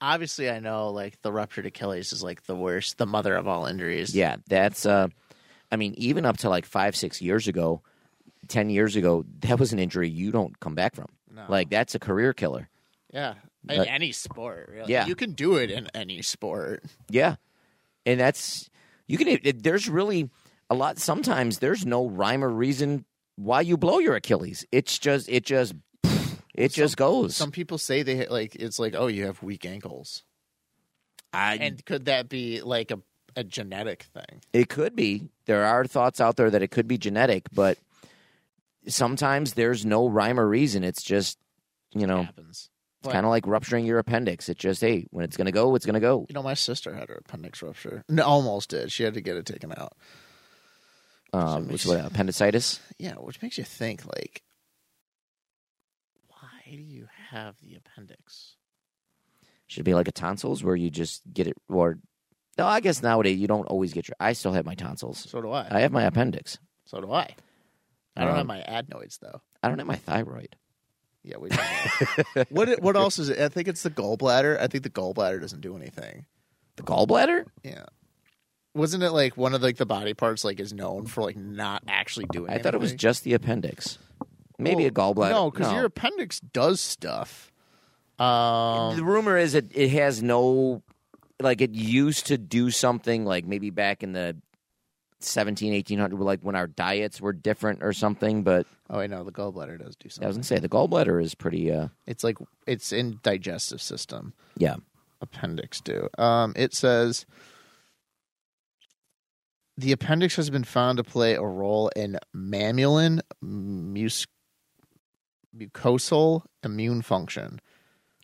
[SPEAKER 2] obviously, I know like the ruptured Achilles is like the worst, the mother of all injuries.
[SPEAKER 1] Yeah, that's. Uh, I mean, even up to like five, six years ago, ten years ago, that was an injury you don't come back from.
[SPEAKER 2] No.
[SPEAKER 1] Like that's a career killer.
[SPEAKER 2] yeah, in
[SPEAKER 1] Like-
[SPEAKER 2] any sport. Really.
[SPEAKER 1] Yeah.
[SPEAKER 2] you can do it in any sport.
[SPEAKER 1] Yeah, and that's you can. It, there's really a lot. Sometimes there's no rhyme or reason why you blow your Achilles. It's just it just it just goes.
[SPEAKER 2] Some people say they like it's like oh you have weak ankles,
[SPEAKER 1] I,
[SPEAKER 2] and could that be like a a genetic thing?
[SPEAKER 1] It could be. There are thoughts out there that it could be genetic, but sometimes there's no rhyme or reason. It's just, you know,
[SPEAKER 2] happens.
[SPEAKER 1] it's kind of like rupturing your appendix. It's just, hey, when it's going to go, it's going to go.
[SPEAKER 2] You know, my sister had her appendix rupture. No, almost did. She had to get it taken out.
[SPEAKER 1] Um, which is what, appendicitis?
[SPEAKER 2] Yeah, which makes you think like, why do you have the appendix?
[SPEAKER 1] Should be like a tonsils where you just get it, or no, I guess nowadays you don't always get your. I still have my tonsils.
[SPEAKER 2] So do I.
[SPEAKER 1] I have my appendix.
[SPEAKER 2] So do I. I don't
[SPEAKER 1] Um,
[SPEAKER 2] have my adenoids though.
[SPEAKER 1] I don't have my thyroid.
[SPEAKER 2] Yeah, we. don't. what What else is it? I think it's the gallbladder. I think the gallbladder doesn't do anything.
[SPEAKER 1] The gallbladder?
[SPEAKER 2] Yeah. Wasn't it like one of like the body parts like is known for like not actually doing?
[SPEAKER 1] I thought it was
[SPEAKER 2] anything?
[SPEAKER 1] just the appendix. Maybe
[SPEAKER 2] Well,
[SPEAKER 1] a gallbladder.
[SPEAKER 2] No, because your appendix does stuff. Um,
[SPEAKER 1] the rumor is it it has no like it used to do something like maybe back in the 17 1800 like when our diets were different or something but
[SPEAKER 2] oh, I know the gallbladder does
[SPEAKER 1] i
[SPEAKER 2] do
[SPEAKER 1] was
[SPEAKER 2] something.
[SPEAKER 1] gonna say the gallbladder is pretty uh
[SPEAKER 2] It's like it's in digestive system.
[SPEAKER 1] yeah
[SPEAKER 2] appendix do? Um, it says the appendix has been found to play a role in mammulin mus- mucosal immune function,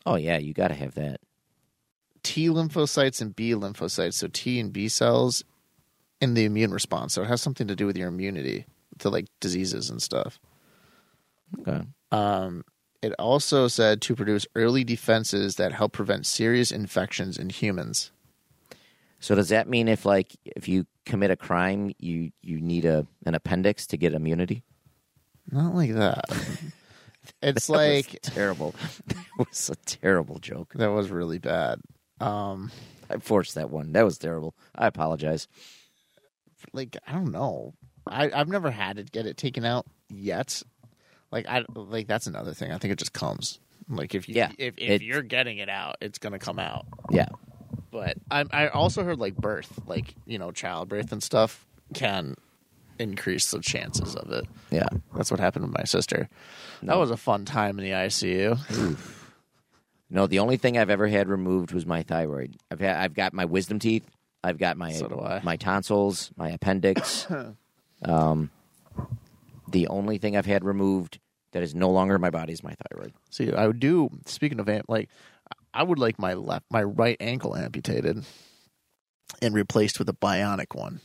[SPEAKER 1] oh yeah you gotta have that
[SPEAKER 2] T lymphocytes and B lymphocytes, so T and B cells in the immune response. So it has something to do with your immunity to like diseases and stuff.
[SPEAKER 1] okay
[SPEAKER 2] Um, it also said to produce early defenses that help prevent serious infections in humans.
[SPEAKER 1] so does that mean if like if you commit a crime you you need a an appendix to get immunity
[SPEAKER 2] Not like that. It's
[SPEAKER 1] That was
[SPEAKER 2] like
[SPEAKER 1] terrible that was a terrible joke
[SPEAKER 2] That was really bad. Um,
[SPEAKER 1] i forced that one that was terrible i apologize
[SPEAKER 2] like I don't know. I I've never had it get it taken out yet. Like I like that's another thing. I think it just comes. Like if you
[SPEAKER 1] Yeah,
[SPEAKER 2] if
[SPEAKER 1] it-
[SPEAKER 2] if you're getting it out, it's gonna come out.
[SPEAKER 1] yeah
[SPEAKER 2] But I I also heard like birth, like you know childbirth and stuff can increase the chances of it.
[SPEAKER 1] yeah
[SPEAKER 2] That's what happened with my sister. That
[SPEAKER 1] No.
[SPEAKER 2] was a fun time in the ICU.
[SPEAKER 1] No, the only thing I've ever had removed was my thyroid. I've had, I've got my wisdom teeth. I've got my
[SPEAKER 2] So do I.
[SPEAKER 1] my tonsils, my appendix. um, the only thing I've had removed that is no longer in my body is my thyroid.
[SPEAKER 2] See, I would do. Speaking of am- like, I would like my left, my right ankle amputated and replaced with a bionic one.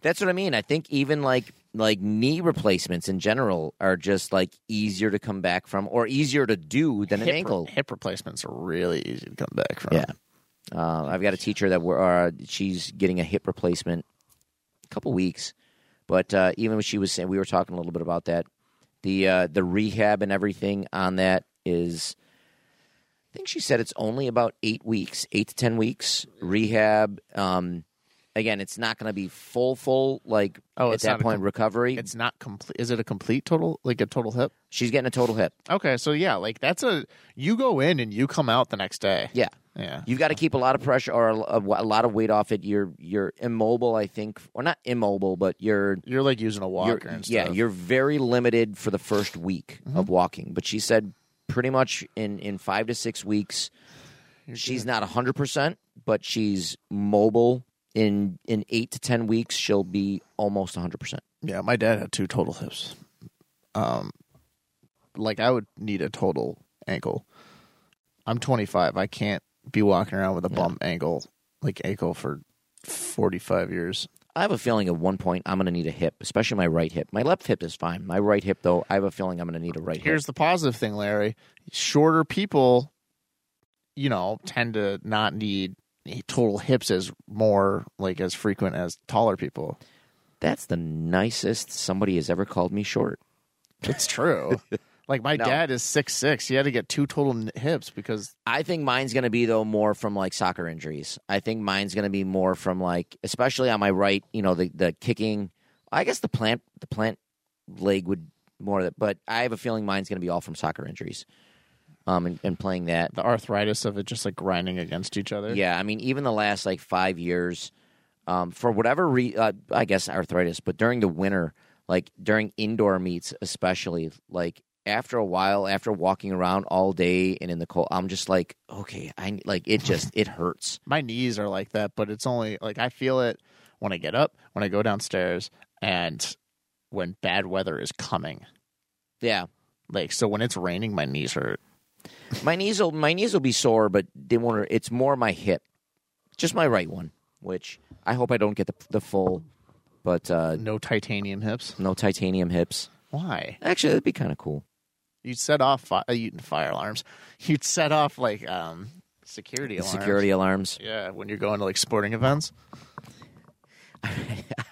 [SPEAKER 1] That's what I mean. I think even like like knee replacements in general are just like easier to come back from or easier to do than an
[SPEAKER 2] hip,
[SPEAKER 1] ankle.
[SPEAKER 2] hip replacements are really easy to come back from.
[SPEAKER 1] Yeah. Uh, I've got a teacher that we're, uh, she's getting a hip replacement a couple weeks, but uh, even when she was saying we were talking a little bit about that, the uh, the rehab and everything on that is, I think she said it's only about eight weeks, eight to ten weeks rehab. Um, again, it's not going to be full full like
[SPEAKER 2] Oh,
[SPEAKER 1] at
[SPEAKER 2] it's
[SPEAKER 1] that
[SPEAKER 2] not a
[SPEAKER 1] point
[SPEAKER 2] com-
[SPEAKER 1] recovery.
[SPEAKER 2] It's not complete. Is it a complete total? Like a total hip?
[SPEAKER 1] She's getting a total hip.
[SPEAKER 2] Okay, so yeah, like that's a you go in and you come out the next day.
[SPEAKER 1] Yeah.
[SPEAKER 2] Yeah.
[SPEAKER 1] You've got to keep a lot of pressure or a, a lot of weight off it. You're you're immobile, I think, or not immobile, but you're
[SPEAKER 2] You're like using a walker
[SPEAKER 1] you're-
[SPEAKER 2] and stuff. Mm-hmm.
[SPEAKER 1] yeah, you're very limited for the first week of walking. But she said pretty much in, in five to six weeks, she's not hundred percent, but she's mobile. In in eight to ten weeks, she'll be almost hundred percent.
[SPEAKER 2] Yeah, my dad had two total hips. Um, like I would need a total ankle. I'm 25. I can't be walking around with a bum ankle, like ankle for 45 years.
[SPEAKER 1] I have a feeling at one point I'm going to need a hip, especially my right hip. My left hip is fine. My right hip, though, I have a feeling I'm going to need a right
[SPEAKER 2] Here's
[SPEAKER 1] hip.
[SPEAKER 2] the positive thing, Larry. Shorter people, you know, tend to not need total hips as more like as frequent as taller people.
[SPEAKER 1] That's the nicest somebody has ever called me short.
[SPEAKER 2] It's true. like my
[SPEAKER 1] No.
[SPEAKER 2] dad is six six. He had to get two total n- hips because
[SPEAKER 1] I think mine's going to be though more from like soccer injuries. I think mine's going to be more from like especially on my right, you know, the the kicking. I guess the plant the plant leg would more of it, but I have a feeling mine's going to be all from soccer injuries. Um and, and playing that.
[SPEAKER 2] the arthritis of it just like grinding against each other.
[SPEAKER 1] Yeah, I mean, even the last like five years, um, for whatever re- uh, I guess arthritis, but during the winter, like during indoor meets, especially, like after a while, after walking around all day and in the cold, I'm just like, okay, I like it. Just it hurts.
[SPEAKER 2] my knees are like that, but it's only like I feel it when I get up, when I go downstairs, and when bad weather is coming.
[SPEAKER 1] Yeah,
[SPEAKER 2] Like so, when it's raining, my knees hurt.
[SPEAKER 1] my knees will my knees will be sore, but they won't. It's more my hip, just my right one, which I hope I don't get the the full, but uh,
[SPEAKER 2] No titanium hips.
[SPEAKER 1] no titanium hips.
[SPEAKER 2] Why?
[SPEAKER 1] Actually, that'd be kind of cool.
[SPEAKER 2] You'd set off fi- uh, you'd fire alarms. You'd set off like um security alarms.
[SPEAKER 1] Security alarms.
[SPEAKER 2] Yeah, when you're going to like sporting events.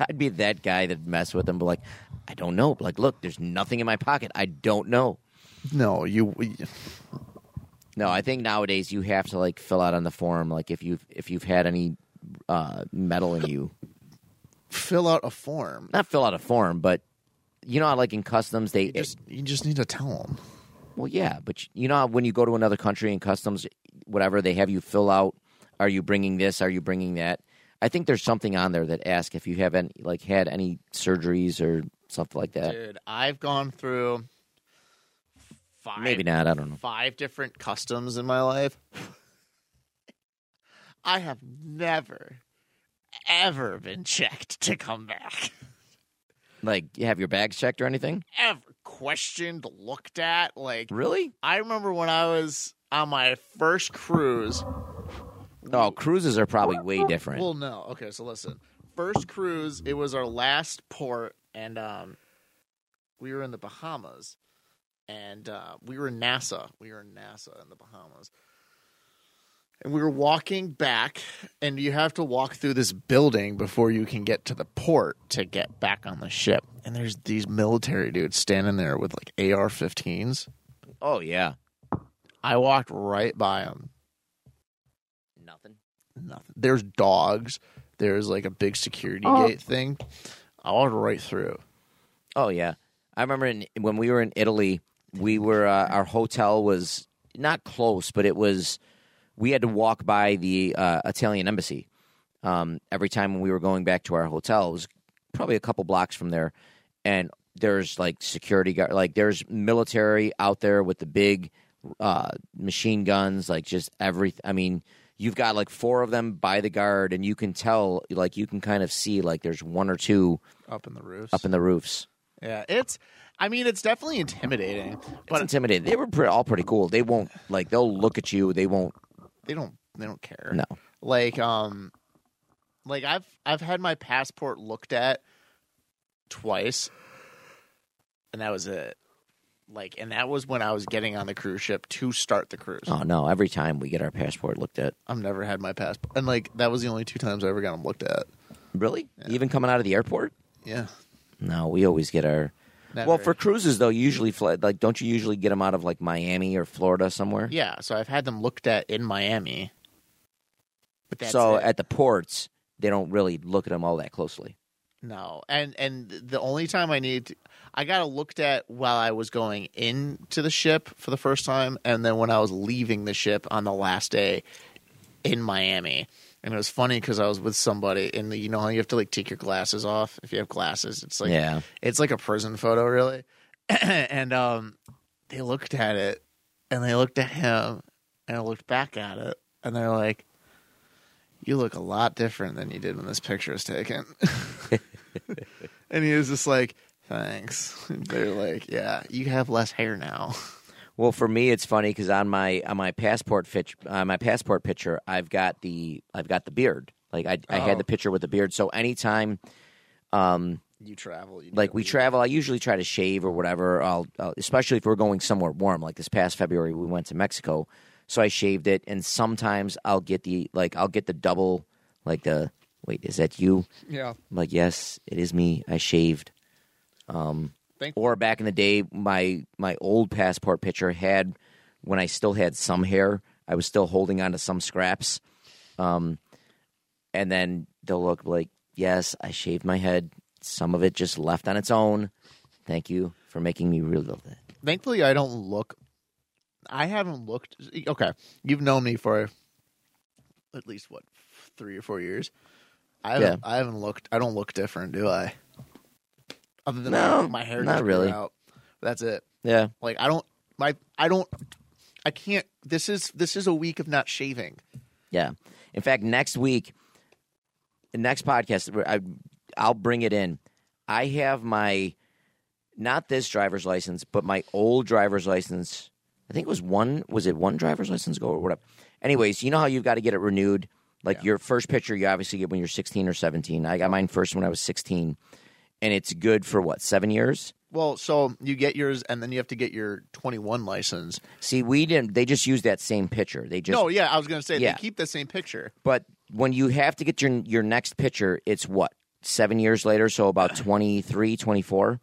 [SPEAKER 1] I'd be that guy that'd mess with them, but like, I don't know. Like, look, there's nothing in my pocket. I don't know.
[SPEAKER 2] No, you.
[SPEAKER 1] No, I think nowadays you have to like fill out on the form, like if you've if you've had any uh, metal in you.
[SPEAKER 2] Fill out a form.
[SPEAKER 1] Not fill out a form, but you know how like in customs they
[SPEAKER 2] Just you just need to tell them.
[SPEAKER 1] well yeah, but you know how when you go to another country in customs, whatever they have you fill out, are you bringing this? Are you bringing that? I think there's something on there that asks if you have any like had any surgeries or something like that.
[SPEAKER 2] Dude, I've gone through five
[SPEAKER 1] Maybe not. I don't know.
[SPEAKER 2] five different customs in my life. I have never, ever been checked to come back.
[SPEAKER 1] Like, you have your bags checked or anything?
[SPEAKER 2] Ever questioned, looked at. Like,
[SPEAKER 1] Really?
[SPEAKER 2] I remember when I was on my first cruise.
[SPEAKER 1] Oh, cruises are probably way different.
[SPEAKER 2] Well, no. Okay, so listen. First cruise, it was our last port, and um, we were in the Bahamas, and uh, we were in NASA. We were in NASA in the Bahamas, and we were walking back, and you have to walk through this building before you can get to the port to get back on the ship. And there's these military dudes standing there with like AR-15s.
[SPEAKER 1] oh yeah,
[SPEAKER 2] I walked right by them.
[SPEAKER 1] nothing.
[SPEAKER 2] nothing. There's dogs. There's like a big security gate thing. I walked right through.
[SPEAKER 1] Oh yeah, I remember in, when we were in Italy, we were uh, our hotel was not close, but it was. We had to walk by the uh, Italian embassy um, every time when we were going back to our hotel. It was probably a couple blocks from there, and there's like security guard, like there's military out there with the big uh, machine guns, like just every. I mean. You've got like four of them by the guard, and you can tell, like, you can kind of see, like, there's one or two
[SPEAKER 2] Up in the roofs.
[SPEAKER 1] up in the roofs.
[SPEAKER 2] yeah, it's. I mean, it's definitely intimidating.
[SPEAKER 1] It's
[SPEAKER 2] But
[SPEAKER 1] intimidating. They were pre all pretty cool. They won't like they'll look at you. They won't
[SPEAKER 2] they don't they don't care.
[SPEAKER 1] No.
[SPEAKER 2] Like um like I've I've had my passport looked at twice and that was it. Like and that was when I was getting on the cruise ship to start the cruise.
[SPEAKER 1] Oh no! Every time we get our passport looked at,
[SPEAKER 2] I've never had my passport and like that was the only two times I ever got them looked at.
[SPEAKER 1] really, even coming out of the airport.
[SPEAKER 2] Yeah.
[SPEAKER 1] No, we always get our.
[SPEAKER 2] Not
[SPEAKER 1] well,
[SPEAKER 2] very-
[SPEAKER 1] for cruises though, you usually fly, like don't you usually get them out of like Miami or Florida somewhere?
[SPEAKER 2] Yeah, so I've had them looked at in Miami. But that's
[SPEAKER 1] so
[SPEAKER 2] it.
[SPEAKER 1] at the ports, they don't really look at them all that closely.
[SPEAKER 2] No, and and the only time I needed, to, I got it looked at while I was going into the ship for the first time, and then when I was leaving the ship on the last day in Miami. And it was funny because I was with somebody, and you know how you have to like take your glasses off if you have glasses. It's like
[SPEAKER 1] yeah.
[SPEAKER 2] it's like a prison photo, really. and um, they looked at it, and they looked at him, and I looked back at it, and they're like, "You look a lot different than you did when this picture was taken." and he was just like, "Thanks." They're like, "Yeah, you have less hair now."
[SPEAKER 1] Well, for me, it's funny because on my on my passport fit, uh, my passport picture, I've got the I've got the beard. Like I, I
[SPEAKER 2] Oh.
[SPEAKER 1] had the picture with the beard. So anytime, um,
[SPEAKER 2] You travel, you
[SPEAKER 1] like we travel, I usually try to shave or whatever. I'll, I'll especially if we're going somewhere warm. Like this past February, we went to Mexico, so I shaved it. And sometimes I'll get the like I'll get the double like the wait is that you?
[SPEAKER 2] Yeah,
[SPEAKER 1] I'm like yes, it is me. I shaved. Um,
[SPEAKER 2] thank
[SPEAKER 1] Or back in the day, my my old passport picture had when I still had some hair. I was still holding on to some scraps, um, and then they'll look like, "Yes, I shaved my head. Some of it just left on its own. Thank you for making me real that."
[SPEAKER 2] thankfully I don't look. I haven't looked. Okay, you've known me for at least what three or four years. I haven't, I haven't looked. I don't look different, do I? Other than
[SPEAKER 1] No,
[SPEAKER 2] my, my hair,
[SPEAKER 1] not
[SPEAKER 2] just grew
[SPEAKER 1] really.
[SPEAKER 2] Out. That's it.
[SPEAKER 1] Yeah,
[SPEAKER 2] Like I don't. My I don't. I can't. This is this is a week of not shaving.
[SPEAKER 1] yeah. In fact, next week, the next podcast, I, I'll bring it in. I have my not this driver's license, but my old driver's license. I think it was one. Was it one driver's license go or whatever? Anyways, you know how you've got to get it renewed. Like your first picture, you obviously get when you're 16 or 17. I got mine first when I was 16, and it's good for what seven years.
[SPEAKER 2] Well, so you get yours, and then you have to get your 21 license.
[SPEAKER 1] See, we didn't. They just used that same picture. They just
[SPEAKER 2] no, yeah, I was gonna say
[SPEAKER 1] Yeah.
[SPEAKER 2] they keep the same picture.
[SPEAKER 1] But when you have to get your your next picture, it's what? 7 years later, so about 23, 24.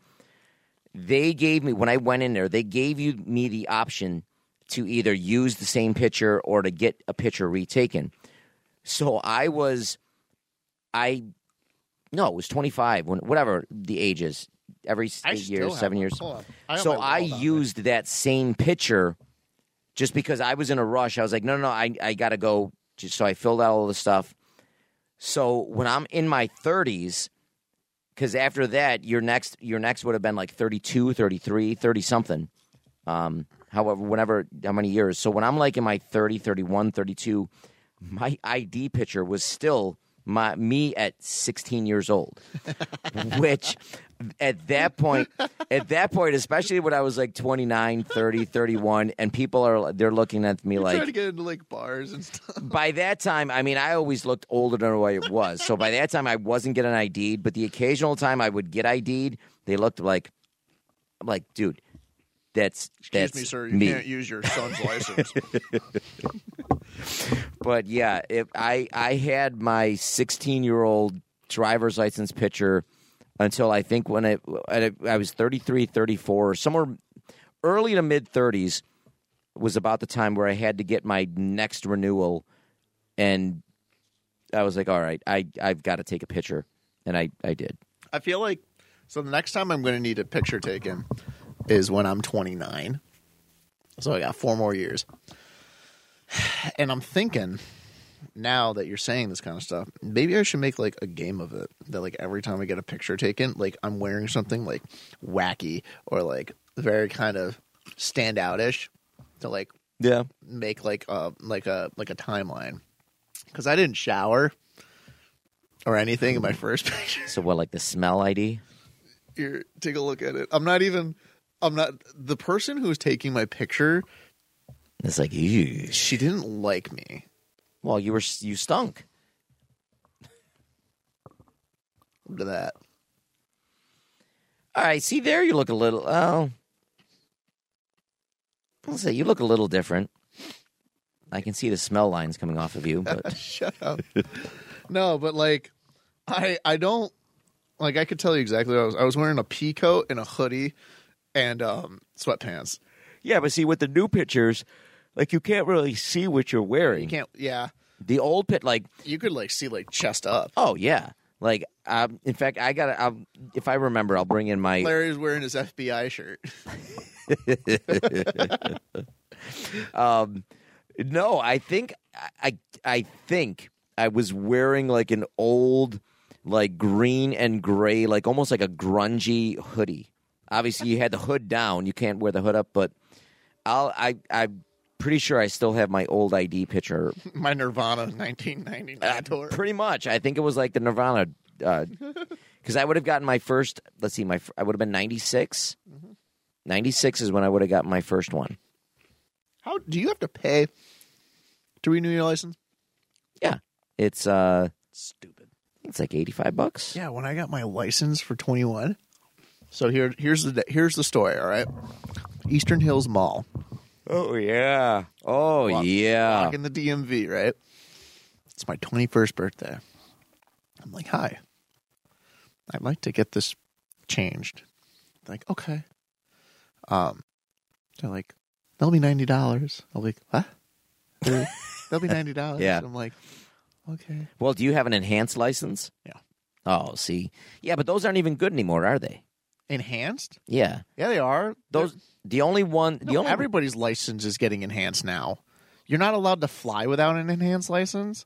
[SPEAKER 1] They gave me when I went in there, they gave you me the option to either use the same picture or to get a picture retaken. So I was I no, it was 25 when whatever the age is. Every
[SPEAKER 2] I
[SPEAKER 1] eight
[SPEAKER 2] still
[SPEAKER 1] years,
[SPEAKER 2] have
[SPEAKER 1] 7
[SPEAKER 2] them.
[SPEAKER 1] years
[SPEAKER 2] Hold on. I got
[SPEAKER 1] so
[SPEAKER 2] my
[SPEAKER 1] I
[SPEAKER 2] wallet on me.
[SPEAKER 1] used that same picture just because I was in a rush. I was like, no, no, no, I, I got to go. Just- So I filled out all the stuff. So when I'm in my 30s, because after that, your next your next would have been like 32, 33, 30 something. Um, however, whenever, how many years. So when I'm like in my 30, 31, 32, my ID picture was still my me at 16 years old which at that point at that point especially when i was like 29 30 31 and people are they're looking at me
[SPEAKER 2] Trying to
[SPEAKER 1] like
[SPEAKER 2] get into like bars and stuff.
[SPEAKER 1] by that time i mean i always looked older than what it was so by that time i wasn't getting id'd but the occasional time i would get id'd they looked like i'm like dude that's
[SPEAKER 2] Excuse
[SPEAKER 1] that's
[SPEAKER 2] me, sir. You can't use your son's license.
[SPEAKER 1] but yeah, if I I had my 16 year old driver's license picture until I think when I I was 33, 34, somewhere early to mid 30s was about the time where I had to get my next renewal, and I was like, all right, I I've got to take a picture, and I I did.
[SPEAKER 2] I feel like so the next time I'm going to need a picture taken is when I'm 29. So I got four more years. And I'm thinking now that you're saying this kind of stuff, maybe I should make like a game of it. That like every time I get a picture taken, like I'm wearing something like wacky or like very kind of standoutish to like
[SPEAKER 1] Yeah,
[SPEAKER 2] make like a like a like a timeline. Cuz I didn't shower or anything in my first picture
[SPEAKER 1] so what like the smell ID?
[SPEAKER 2] here take a look at it i'm not even i'm not the person who was taking my picture
[SPEAKER 1] It's like, ew.
[SPEAKER 2] she didn't like me
[SPEAKER 1] Well, you were you stunk.
[SPEAKER 2] to that.
[SPEAKER 1] All right, see there, you look a little. Oh, I'll say you look a little different. I can see the smell lines coming off of you, but
[SPEAKER 2] Shut up. no, but like, I I don't like. I could tell you exactly what I was. I was wearing a pea coat and a hoodie and um sweatpants.
[SPEAKER 1] yeah, but see with the new pictures, like you can't really see what you're
[SPEAKER 2] You
[SPEAKER 1] wearing.
[SPEAKER 2] can't. Yeah,
[SPEAKER 1] the old pit, like
[SPEAKER 2] you could like see like chest up.
[SPEAKER 1] oh yeah, like um, in fact, I got. to If I remember, I'll bring in my.
[SPEAKER 2] Larry's wearing his FBI shirt.
[SPEAKER 1] Um, no, I think I I think I was wearing like an old like green and gray, like almost like a grungy hoodie. Obviously, you had the hood down. You can't wear the hood up, but I'll I I'm pretty sure I still have my old ID picture. Uh,
[SPEAKER 2] My Nirvana 1999 tour.
[SPEAKER 1] Pretty much, I think it was like the Nirvana. Because I would have gotten my first. Let's see, my fir- I would have been ninety Ninety six is when I would have gotten my first one.
[SPEAKER 2] How do you have to pay to renew your license?
[SPEAKER 1] Yeah, it's uh,
[SPEAKER 2] Stupid.
[SPEAKER 1] it's like eighty five bucks.
[SPEAKER 2] Yeah, when I got my license for 21. So here here's the here's the story, all right? Eastern Hills Mall.
[SPEAKER 1] Oh yeah. Oh
[SPEAKER 2] Walk-
[SPEAKER 1] yeah.
[SPEAKER 2] Back in the DMV, right? It's my 21st birthday. I'm like, hi, I'd like to get this changed. like, okay. Um, they're like, that'll be ninety dollars. I'm like, what? They're like, That'll be ninety dollars.
[SPEAKER 1] Yeah.
[SPEAKER 2] I'm like, okay.
[SPEAKER 1] Well, do you have an enhanced license?
[SPEAKER 2] Yeah.
[SPEAKER 1] Oh, see. Yeah, but those aren't even good anymore, are they?
[SPEAKER 2] Enhanced?
[SPEAKER 1] Yeah.
[SPEAKER 2] Yeah, they are.
[SPEAKER 1] Those the only one
[SPEAKER 2] No,
[SPEAKER 1] the only
[SPEAKER 2] everybody's license is getting enhanced now. You're not allowed to fly without an enhanced license.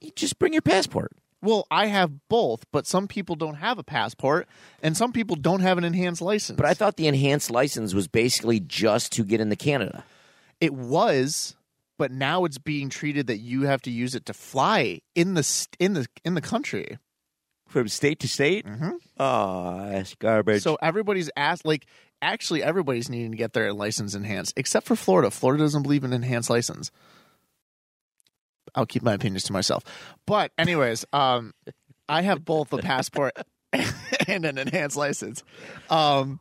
[SPEAKER 1] you just bring your passport.
[SPEAKER 2] Well, I have both, but some people don't have a passport, and some people don't have an enhanced license.
[SPEAKER 1] But I thought the enhanced license was basically just to get into Canada.
[SPEAKER 2] it was, but now it's being treated that you have to use it to fly in the st- in the in the country.
[SPEAKER 1] From state to state?
[SPEAKER 2] Mhm.
[SPEAKER 1] Oh, Mm-hmm. that's garbage.
[SPEAKER 2] So everybody's asked, like, actually, everybody's needing to get their license enhanced, except for Florida. Florida doesn't believe in enhanced license. I'll keep my opinions to myself. But anyways, um, I have both a passport and an enhanced license. Um,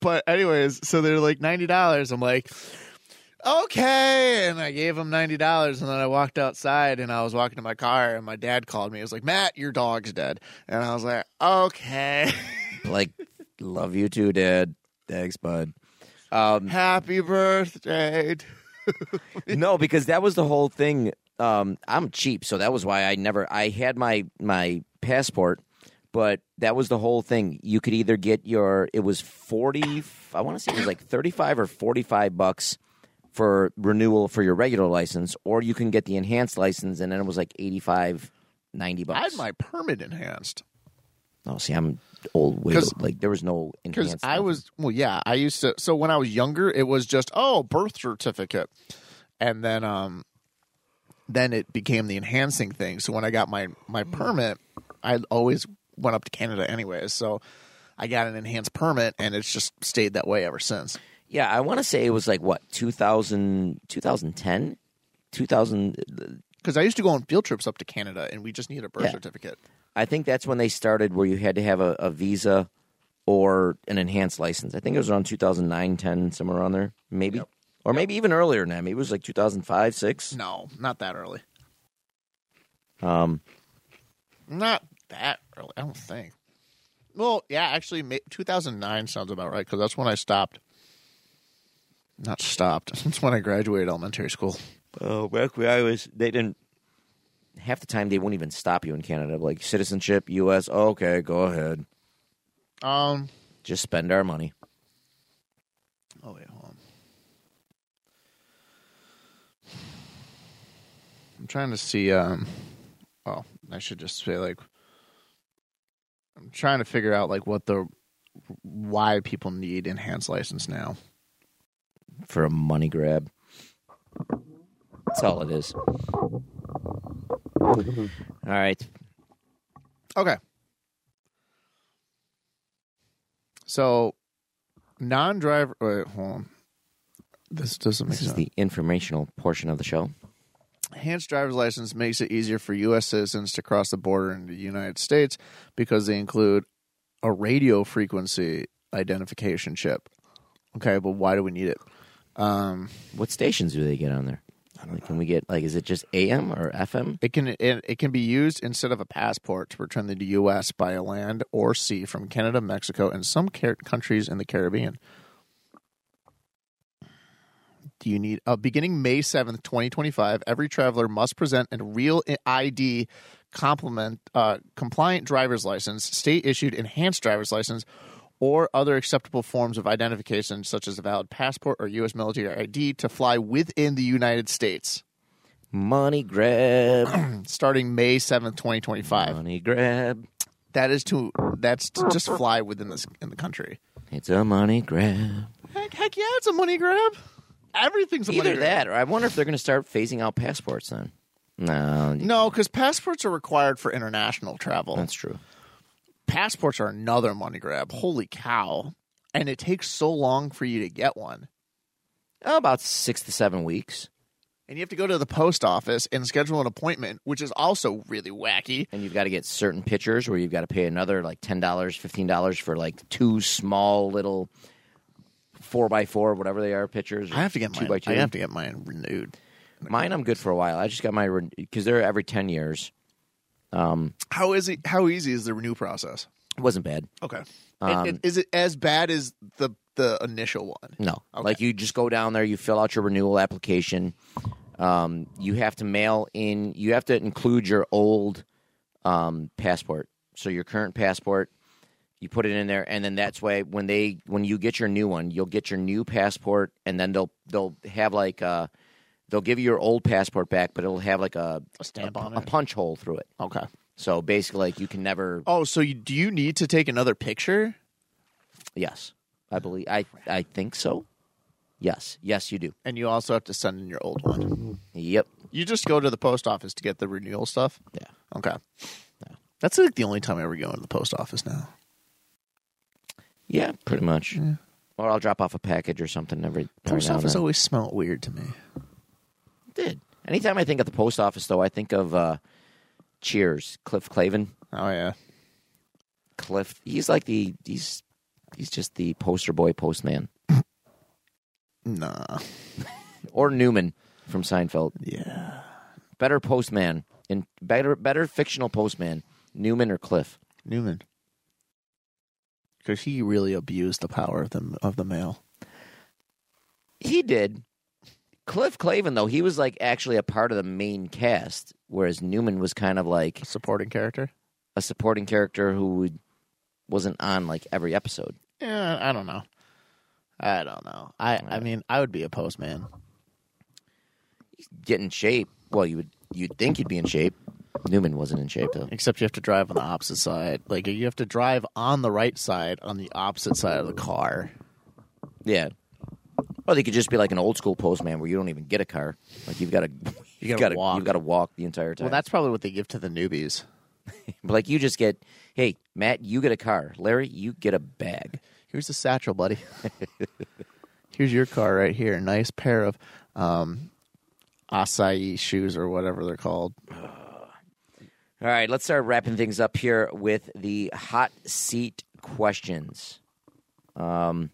[SPEAKER 2] but anyways, so they're like ninety dollars. I'm like. Okay, and I gave him ninety dollars, and then I walked outside, and I was walking to my car, and my dad called me. He was like, "Matt, your dog's dead," and I was like, "Okay."
[SPEAKER 1] like love you too, Dad. Thanks, bud. Um
[SPEAKER 2] Happy birthday.
[SPEAKER 1] no, because that was the whole thing. Um, I'm cheap, so that was why I never. I had my my passport, but that was the whole thing. You could either get your. It was forty. I want to say it was like thirty five or forty five bucks for renewal for your regular license, or you can get the enhanced license, and then it was like 85, 90 bucks.
[SPEAKER 2] I had my permit enhanced
[SPEAKER 1] oh, see, I'm old. Way
[SPEAKER 2] 'Cause-
[SPEAKER 1] like there was no
[SPEAKER 2] because
[SPEAKER 1] enhanced.
[SPEAKER 2] I was, well, yeah, I used to. So when I was younger, it was just, oh, birth certificate. And then, um, then it became the enhancing thing. So when I got my, my permit, I always went up to Canada anyways. So I got an enhanced permit and it's just stayed that way ever since.
[SPEAKER 1] Yeah, I want to say it was like what 2000, 2010, 2000,
[SPEAKER 2] Because I used to go on field trips up to Canada and we just need a birth
[SPEAKER 1] Yeah.
[SPEAKER 2] certificate.
[SPEAKER 1] I think that's when they started where you had to have a, a visa or an enhanced license. I think it was around 2009, 10, somewhere around there, maybe. Or maybe even earlier than that. Maybe it was like 2005, 6.
[SPEAKER 2] No, not that early.
[SPEAKER 1] Um,
[SPEAKER 2] Not that early, I don't think. Well, yeah, actually, ma- 2009 sounds about right because that's when I stopped. Not stopped. That's when I graduated elementary school.
[SPEAKER 1] oh, back when I was, they didn't, half the time they wouldn't even stop you in Canada. Like citizenship, U.S., okay, go ahead.
[SPEAKER 2] Um.
[SPEAKER 1] Just spend our money.
[SPEAKER 2] Oh wait, hold on. I'm trying to see. Um. Well, I should just say like. I'm trying to figure out like what the why people need enhanced license now.
[SPEAKER 1] for a money grab. That's all it is. All right.
[SPEAKER 2] Okay. So, non-driver. Wait, hold on. This doesn't make
[SPEAKER 1] This is
[SPEAKER 2] sense.
[SPEAKER 1] the informational portion of the show.
[SPEAKER 2] enhanced driver's license makes it easier for U.S. citizens to cross the border into the United States because they include a radio frequency identification chip. Okay, but why do we need it? Um,
[SPEAKER 1] What stations do they get on there? Like, can we get like is it just AM or FM?
[SPEAKER 2] It can it, it can be used instead of a passport to return to the U.S. by a land or sea from Canada, Mexico, and some car- countries in the Caribbean. Do you need? Uh, beginning May seventh, twenty twenty five, every traveler must present a real i- ID, complement uh, compliant driver's license, state issued enhanced driver's license, or other acceptable forms of identification such as a valid passport or U.S. military ID to fly within the United States.
[SPEAKER 1] Money grab,
[SPEAKER 2] Starting May seventh, twenty twenty five.
[SPEAKER 1] money grab.
[SPEAKER 2] That is to that's to just fly within this in the country.
[SPEAKER 1] It's a money grab.
[SPEAKER 2] Heck, heck yeah, it's a money grab. Everything's a
[SPEAKER 1] Either
[SPEAKER 2] money grab.
[SPEAKER 1] that, or I wonder if they're going to start phasing out passports then. No,
[SPEAKER 2] No, because passports are required for international travel.
[SPEAKER 1] that's true.
[SPEAKER 2] passports are another money grab. Holy cow! And it takes so long for you to get one,
[SPEAKER 1] Oh, About six to seven weeks,
[SPEAKER 2] and you have to go to the post office and schedule an appointment, which is also really wacky.
[SPEAKER 1] and you've got to get certain pictures, where you've got to pay another like ten dollars, fifteen dollars for like two small little four by four, whatever they are, pictures. or
[SPEAKER 2] I have to get
[SPEAKER 1] two
[SPEAKER 2] mine.
[SPEAKER 1] by two.
[SPEAKER 2] I have to get mine renewed.
[SPEAKER 1] Mine, I'm good for a while. I just got my because they're every ten years. Um,
[SPEAKER 2] How is it? How easy is the renew process?
[SPEAKER 1] It wasn't bad.
[SPEAKER 2] Okay, And- and is it as bad as the the initial one?
[SPEAKER 1] No.
[SPEAKER 2] Okay.
[SPEAKER 1] Like you just go down there, you fill out your renewal application. Um, you have to mail in, you have to include your old um, passport. So your current passport, you put it in there, and then that's why when they when you get your new one, you'll get your new passport, and then they'll they'll have like uh they'll give you your old passport back, but it'll have like a
[SPEAKER 2] A stamp
[SPEAKER 1] a,
[SPEAKER 2] on
[SPEAKER 1] a
[SPEAKER 2] it.
[SPEAKER 1] punch hole through it.
[SPEAKER 2] Okay.
[SPEAKER 1] So basically, like you can never.
[SPEAKER 2] Oh, so you, do you need to take another picture?
[SPEAKER 1] Yes, I believe I I think so. Yes, yes, you do.
[SPEAKER 2] And you also have to send in your old one.
[SPEAKER 1] Yep.
[SPEAKER 2] You just go to the post office to get the renewal stuff.
[SPEAKER 1] Yeah.
[SPEAKER 2] Okay. That's like the only time I ever go into the post office now.
[SPEAKER 1] Yeah, pretty much. Or I'll drop off a package or something every every
[SPEAKER 2] Post
[SPEAKER 1] now and
[SPEAKER 2] office
[SPEAKER 1] then.
[SPEAKER 2] always smelled weird to me.
[SPEAKER 1] did. Anytime I think of the post office, though, I think of uh, Cheers, Cliff Clavin.
[SPEAKER 2] Oh yeah.
[SPEAKER 1] Cliff, he's like the he's he's just the poster boy postman
[SPEAKER 2] Nah.
[SPEAKER 1] or Newman from Seinfeld.
[SPEAKER 2] Yeah.
[SPEAKER 1] Better postman and better better fictional postman, Newman or Cliff.
[SPEAKER 2] Newman. Because he really abused the power of the of the mail.
[SPEAKER 1] He did. Cliff Clavin, though, he was like actually a part of the main cast, whereas Newman was kind of like
[SPEAKER 2] Supporting character.
[SPEAKER 1] a supporting character who would, wasn't on like every episode.
[SPEAKER 2] Yeah, I don't know. I don't know. I I mean, I would be a postman.
[SPEAKER 1] get in shape. Well, you would you'd think you'd be in shape. Newman wasn't in shape though.
[SPEAKER 2] Except you have to drive on the opposite side. Like you have to drive on the right side on the opposite side of the car.
[SPEAKER 1] Yeah. Or they could just be like an old school postman where you don't even get a car. Like you've got to you
[SPEAKER 2] gotta
[SPEAKER 1] got
[SPEAKER 2] walk.
[SPEAKER 1] you've got to walk the entire time.
[SPEAKER 2] Well, that's probably what they give to the newbies.
[SPEAKER 1] But, like you just get, hey Matt, you get a car. Larry, you get a bag.
[SPEAKER 2] Here's the satchel, buddy. Here's your car right here. Nice pair of um, acai shoes or whatever they're called.
[SPEAKER 1] All right, let's start wrapping things up here with the hot seat questions. Um,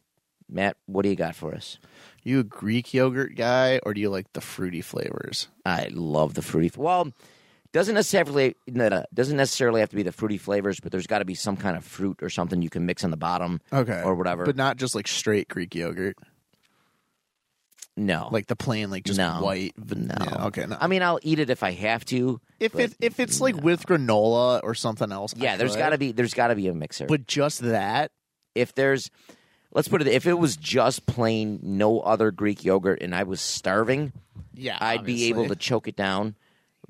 [SPEAKER 1] Matt, what do you got for us?
[SPEAKER 2] You a Greek yogurt guy or do you like the fruity flavors?
[SPEAKER 1] I love the fruity. Well, doesn't necessarily no, no, doesn't necessarily have to be the fruity flavors, but there's got to be some kind of fruit or something you can mix on the bottom,
[SPEAKER 2] Okay.
[SPEAKER 1] or whatever.
[SPEAKER 2] But not just like straight Greek yogurt.
[SPEAKER 1] no,
[SPEAKER 2] Like the plain, like just
[SPEAKER 1] No.
[SPEAKER 2] white. van- yeah, okay. No.
[SPEAKER 1] I mean, I'll eat it if I have to.
[SPEAKER 2] if,
[SPEAKER 1] but-
[SPEAKER 2] it, if it's like with granola or something else.
[SPEAKER 1] yeah,
[SPEAKER 2] I
[SPEAKER 1] there's
[SPEAKER 2] could.
[SPEAKER 1] got to be there's got to be a mixer.
[SPEAKER 2] But just that?
[SPEAKER 1] if there's, let's put it, if it was just plain no other Greek yogurt and I was starving,
[SPEAKER 2] Yeah.
[SPEAKER 1] I'd be able
[SPEAKER 2] obviously.
[SPEAKER 1] to choke it down.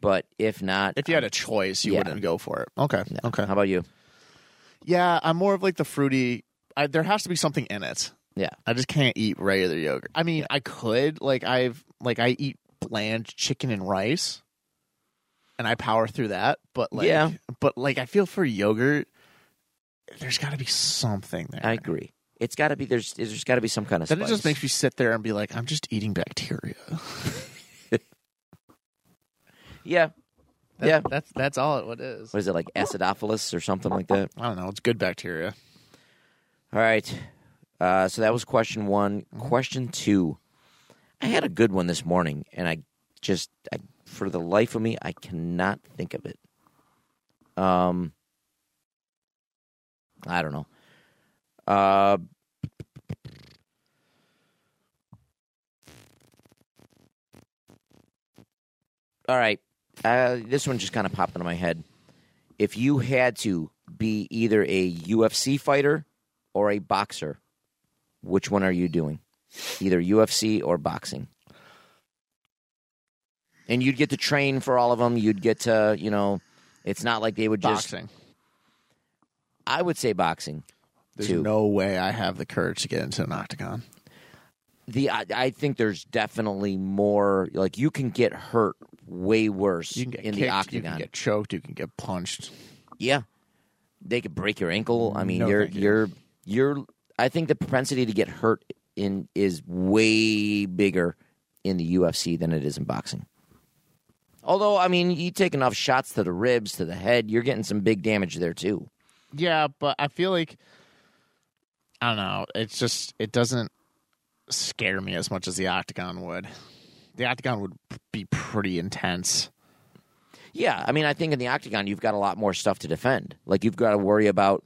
[SPEAKER 1] But if not,
[SPEAKER 2] If you had a choice, you
[SPEAKER 1] Yeah. Uh-huh.
[SPEAKER 2] wouldn't go for it. Okay. Okay.
[SPEAKER 1] how about you?
[SPEAKER 2] Yeah, I'm more of like the fruity. I, there has to be something in it.
[SPEAKER 1] Yeah.
[SPEAKER 2] I just can't eat regular yogurt. I mean, I could like I've like I eat bland chicken and rice, and I power through that. But like,
[SPEAKER 1] Yeah.
[SPEAKER 2] but like I feel for yogurt, there's got to be something there.
[SPEAKER 1] I agree. It's got to be there's there's got to be some kind of.
[SPEAKER 2] then it
[SPEAKER 1] spice.
[SPEAKER 2] just makes me sit there and be like, I'm just eating bacteria.
[SPEAKER 1] Yeah.
[SPEAKER 3] That-
[SPEAKER 1] yeah.
[SPEAKER 3] That's that's all it what is.
[SPEAKER 1] What is it like acidophilus or something like that?
[SPEAKER 2] I don't know. It's good bacteria.
[SPEAKER 1] All right. Uh, so that was question one. Question two. I had a good one this morning, and I just, I, for the life of me, I cannot think of it. Um, I don't know. Uh, all right. Uh, this one just kind of popped into my head. If you had to be either a UFC fighter or a boxer, which one are you doing? Either UFC or boxing. And you'd get to train for all of them. You'd get to, you know, it's not like they would just.
[SPEAKER 2] Boxing.
[SPEAKER 1] I would say boxing.
[SPEAKER 2] There's
[SPEAKER 1] too.
[SPEAKER 2] no way I have the courage to get into an octagon.
[SPEAKER 1] the I, I think there's definitely more like you can get hurt way worse
[SPEAKER 2] You can get
[SPEAKER 1] in
[SPEAKER 2] kicked,
[SPEAKER 1] the
[SPEAKER 2] You
[SPEAKER 1] octagon.
[SPEAKER 2] can get choked. You can get punched.
[SPEAKER 1] yeah, they could break your ankle. I mean,
[SPEAKER 2] No,
[SPEAKER 1] you're
[SPEAKER 2] thank you.
[SPEAKER 1] you're you're. I think the propensity to get hurt in is way bigger in the UFC than it is in boxing. Although, I mean, you take enough shots to the ribs, to the head, you're getting some big damage there too.
[SPEAKER 3] Yeah, but I feel like
[SPEAKER 2] I don't know. It's just it doesn't scare me as much as the octagon would. The octagon would be pretty intense.
[SPEAKER 1] Yeah, I mean, I think in the octagon you've got a lot more stuff to defend. Like you've got to worry about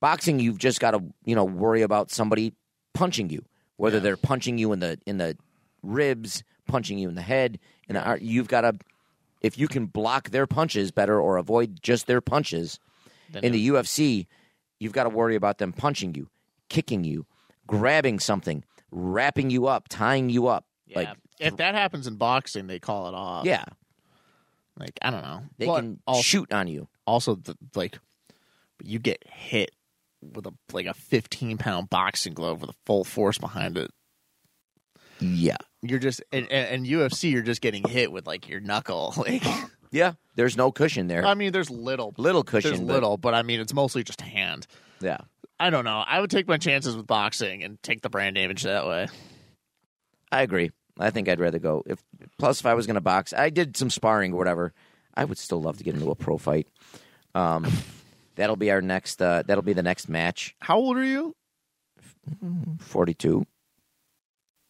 [SPEAKER 1] boxing. You've just got to you know worry about somebody punching you, whether they're punching you in the in the ribs, punching you in the head, and the, ar- you've got to if you can block their punches better or avoid just their punches. in the UFC, you've got to worry about them punching you, kicking you, grabbing something, wrapping you up, tying you up. Like
[SPEAKER 2] if that happens in boxing, they call it off.
[SPEAKER 1] yeah,
[SPEAKER 2] Like I don't know.
[SPEAKER 1] they
[SPEAKER 2] But
[SPEAKER 1] can
[SPEAKER 2] also,
[SPEAKER 1] shoot on you.
[SPEAKER 2] also the, like you get hit with a like a 15 pound boxing glove with a full force behind it.
[SPEAKER 1] Yeah.
[SPEAKER 2] You're just and, and, and UFC, you're just getting hit with like your knuckle. Like
[SPEAKER 1] Yeah, there's no cushion there.
[SPEAKER 2] I mean, there's little,
[SPEAKER 1] little cushion.
[SPEAKER 2] there's
[SPEAKER 1] but-
[SPEAKER 2] little, but I mean, it's mostly just hand.
[SPEAKER 1] Yeah.
[SPEAKER 2] I don't know. I would take my chances with boxing and take the brand damage that way.
[SPEAKER 1] I agree. I think I'd rather go. If plus, if I was going to box, I did some sparring or whatever. I would still love to get into a pro fight. Um, that'll be our next. Uh, that'll be the next match.
[SPEAKER 2] How old are you?
[SPEAKER 1] Forty-two.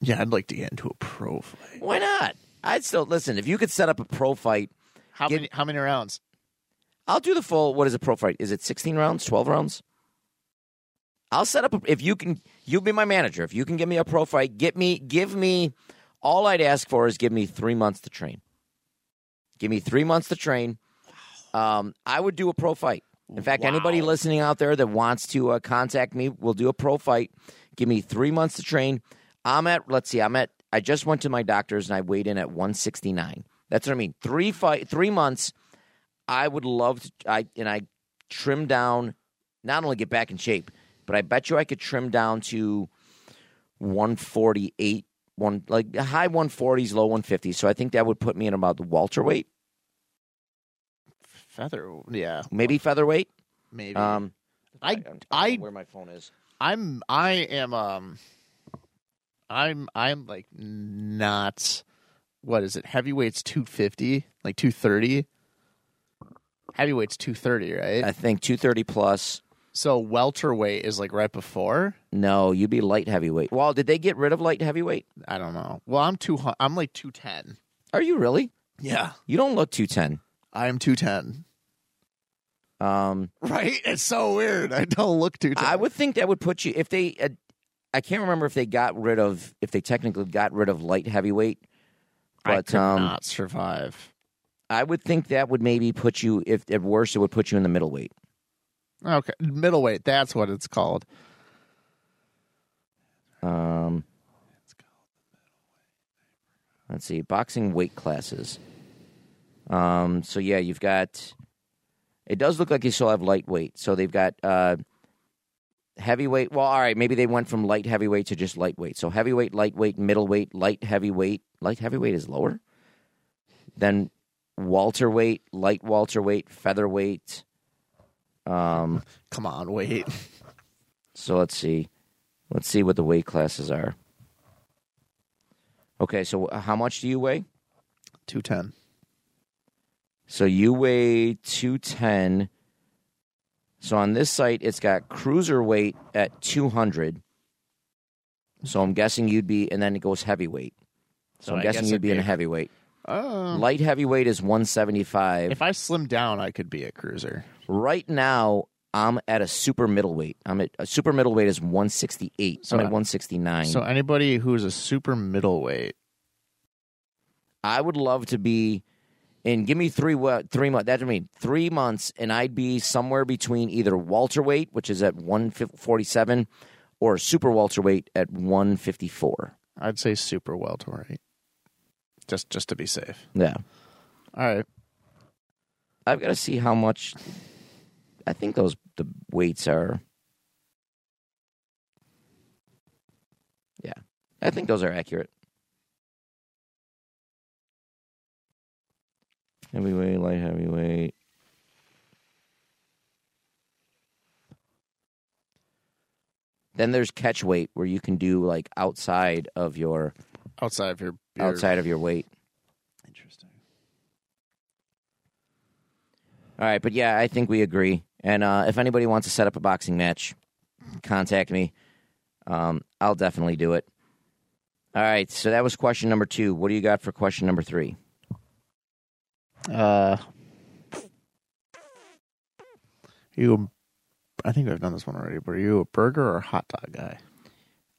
[SPEAKER 2] Yeah, I'd like to get into a pro fight.
[SPEAKER 1] Why not? I'd still listen. If you could set up a pro fight,
[SPEAKER 2] How
[SPEAKER 1] Give-
[SPEAKER 2] many? How many rounds?
[SPEAKER 1] I'll do the full. What is a pro fight? Is it sixteen rounds, twelve rounds? I'll set up. A, if you can, you'll be my manager. If you can give me a pro fight, get me, give me. All I'd ask for is give me three months to train. Give me three months to train. Um, I would do a pro fight. In fact, anybody listening out there that wants to uh, contact me will do a pro fight. Give me three months to train. I'm at. Let's see. I'm at. I just went to my doctor's and I weighed in at 169. That's what I mean. Three fight. Three months. I would love to. I and I trim down, not only get back in shape, but I bet you I could trim down to 148, one like high 140s, low 150s. So I think that would put me in about the welterweight,
[SPEAKER 2] Feather? Yeah,
[SPEAKER 1] maybe featherweight.
[SPEAKER 2] maybe.
[SPEAKER 1] Um,
[SPEAKER 2] I-
[SPEAKER 1] don't know
[SPEAKER 2] I-
[SPEAKER 1] where my phone is.
[SPEAKER 2] I'm I am um I'm I'm like not what is it? Heavyweight's 250, like 230. Heavyweight's 230, right?
[SPEAKER 1] I think 230 plus.
[SPEAKER 2] so welterweight is like right before.
[SPEAKER 1] No, you'd be light heavyweight. Well, did they get rid of light heavyweight?
[SPEAKER 2] I don't know. Well, I'm 200 I'm like 210.
[SPEAKER 1] Are you really?
[SPEAKER 2] Yeah.
[SPEAKER 1] You don't look 210.
[SPEAKER 2] I'm 210.
[SPEAKER 1] Um,
[SPEAKER 2] Right? It's so weird. I don't look 210.
[SPEAKER 1] I would think that would put you if they. Uh, I can't remember if they got rid of if they technically got rid of light heavyweight,
[SPEAKER 2] I
[SPEAKER 1] but
[SPEAKER 2] could
[SPEAKER 1] um,
[SPEAKER 2] not survive.
[SPEAKER 1] I would think that would maybe put you. If at worst, it would put you in the middleweight.
[SPEAKER 2] Okay, middleweight, that's what it's called.
[SPEAKER 1] Um, let's see, boxing weight classes. Um, so yeah, you've got. It does look like you still have lightweight. So they've got uh, heavyweight. Well, all right, maybe they went from light heavyweight to just lightweight. So heavyweight, lightweight, middleweight, light heavyweight. Light heavyweight is lower. Then welterweight, light welterweight, featherweight. Um,
[SPEAKER 2] Come on, wait.
[SPEAKER 1] so let's see. Let's see what the weight classes are. Okay, so how much do you weigh?
[SPEAKER 2] 210.
[SPEAKER 1] So you weigh 210. So on this site, it's got cruiser weight at 200. So I'm guessing you'd be, and then it goes heavyweight. So,
[SPEAKER 2] So
[SPEAKER 1] I'm
[SPEAKER 2] I
[SPEAKER 1] guessing
[SPEAKER 2] guess
[SPEAKER 1] you'd
[SPEAKER 2] I'd
[SPEAKER 1] be,
[SPEAKER 2] be
[SPEAKER 1] in
[SPEAKER 2] a-
[SPEAKER 1] a heavyweight.
[SPEAKER 2] Um,
[SPEAKER 1] Light heavyweight is 175.
[SPEAKER 2] if I slim down, I could be a cruiser.
[SPEAKER 1] right now, I'm at a super middleweight. I'm at a super middleweight is 168. So
[SPEAKER 2] So
[SPEAKER 1] I'm at
[SPEAKER 2] I-
[SPEAKER 1] 169.
[SPEAKER 2] So anybody who's a super middleweight,
[SPEAKER 1] I would love to be and give me three wa- three months. That's what I mean. Three months, and I'd be somewhere between either welterweight, which is at one forty seven, or super welterweight at one fifty four.
[SPEAKER 2] I'd say super welterweight. Just just to be safe.
[SPEAKER 1] Yeah,
[SPEAKER 2] All right.
[SPEAKER 1] I've got to see how much. I think those the weights are. Yeah, I think those are accurate. Heavyweight, light heavyweight. Then there's catch weight where you can do like outside of your
[SPEAKER 2] Outside of your, your
[SPEAKER 1] outside of your weight.
[SPEAKER 2] Interesting.
[SPEAKER 1] All right, but yeah, I think we agree. And uh, if anybody wants to set up a boxing match, contact me. Um, I'll definitely do it. All right, so that was question number two. What do you got for question number three?
[SPEAKER 2] Uh, you, I think I've done this one already. But are you a burger or a hot dog guy?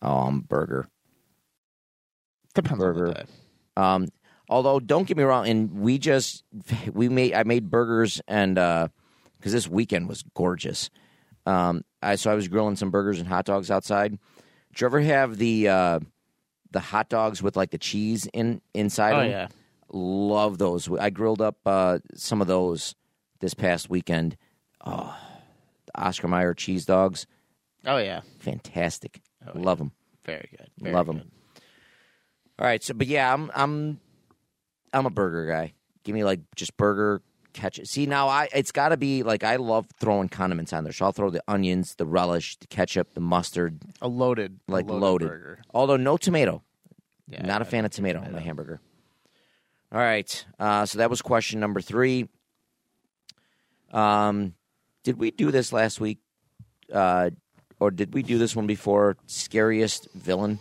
[SPEAKER 1] Oh, um, burger.
[SPEAKER 2] Depends
[SPEAKER 1] Burger.
[SPEAKER 2] on the day.
[SPEAKER 1] Um, although, don't get me wrong, and we just we made I made burgers and because this weekend was gorgeous. Um, I so I was grilling some burgers and hot dogs outside. Did you ever have the uh, the hot dogs with like the cheese in inside?
[SPEAKER 2] Oh
[SPEAKER 1] them?
[SPEAKER 2] yeah,
[SPEAKER 1] Love those. I grilled up uh, some of those this past weekend. Oh, the Oscar Mayer cheese dogs,
[SPEAKER 2] oh yeah,
[SPEAKER 1] fantastic.
[SPEAKER 2] Oh,
[SPEAKER 1] Love them.
[SPEAKER 2] very good. Very
[SPEAKER 1] Love
[SPEAKER 2] good.
[SPEAKER 1] them. All right, so but yeah, I'm I'm I'm a burger guy. Give me like just burger ketchup. See now, I it's got to be like I love throwing condiments on there, so I'll throw the onions, the relish, the ketchup, the mustard.
[SPEAKER 2] A loaded, a
[SPEAKER 1] Like
[SPEAKER 2] loaded,
[SPEAKER 1] loaded.
[SPEAKER 2] burger.
[SPEAKER 1] Although no tomato,
[SPEAKER 2] Yeah,
[SPEAKER 1] not a fan of tomato on my hamburger. All right. Uh, so that was question number three. Um, did we do this last week? Uh, or did we do this one before? Scariest villain?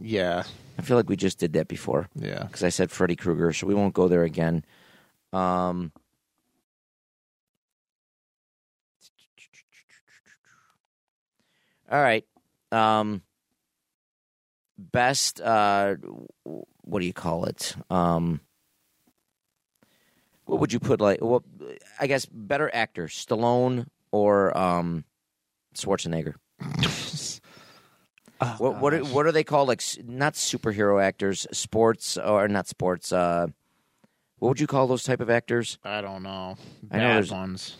[SPEAKER 2] Yeah,
[SPEAKER 1] I feel like we just did that before
[SPEAKER 2] yeah.
[SPEAKER 1] because I said Freddy Krueger, so we won't go there again. Um, all right. Um, best, uh, what do you call it? Um, what would you put like? Well, I guess better actor, Stallone or um, Schwarzenegger. What
[SPEAKER 2] Oh,
[SPEAKER 1] what are, what are they called? Like s- not superhero actors, sports or not sports? Uh, what would you call those type of actors?
[SPEAKER 2] I don't know.
[SPEAKER 1] I know
[SPEAKER 2] Bad
[SPEAKER 1] there's-
[SPEAKER 2] ones.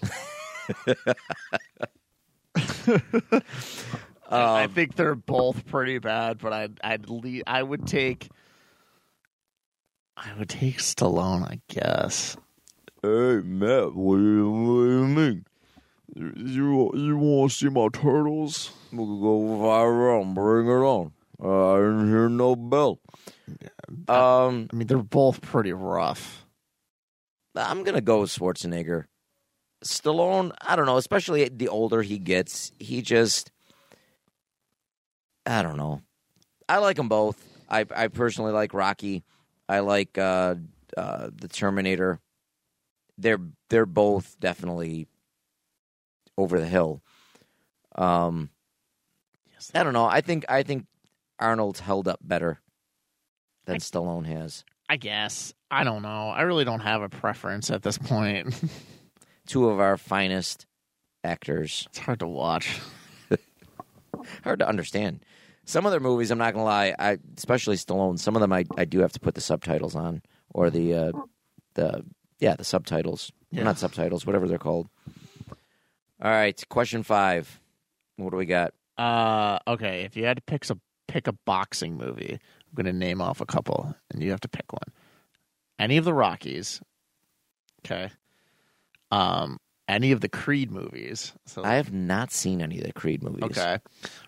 [SPEAKER 2] I
[SPEAKER 1] Um,
[SPEAKER 2] think they're both pretty bad, but I'd I'd le- I would take I would take Stallone, I guess.
[SPEAKER 4] Hey, Matt, what do you, what do you mean? You, you, you want to see my turtles?
[SPEAKER 1] we could go viral. Bring it on. Uh, I didn't hear no bell. Um,
[SPEAKER 2] I mean, they're both pretty rough.
[SPEAKER 1] I'm gonna go with Schwarzenegger. Stallone, I don't know. Especially the older he gets, he just, I don't know. I like them both. I I personally like Rocky. I like uh, uh, the Terminator. They're they're both definitely over the hill. Um, I don't know. I think I think Arnold's held up better than Stallone has.
[SPEAKER 2] I guess. I don't know. I really don't have a preference at this point.
[SPEAKER 1] Two of our finest actors.
[SPEAKER 2] it's hard to watch.
[SPEAKER 1] hard to understand. Some of their movies, I'm not gonna lie, I especially Stallone. Some of them, I, I do have to put the subtitles on or the uh, the yeah the subtitles,
[SPEAKER 2] Yeah.
[SPEAKER 1] not subtitles, whatever they're called. All right, question five. What do we got?
[SPEAKER 2] Uh, okay, if you had to pick a pick a boxing movie, I'm going to name off a couple, and you have to pick one. Any of the Rockies, okay. Um, any of the Creed movies. So
[SPEAKER 1] I have not seen any of the Creed movies.
[SPEAKER 2] okay,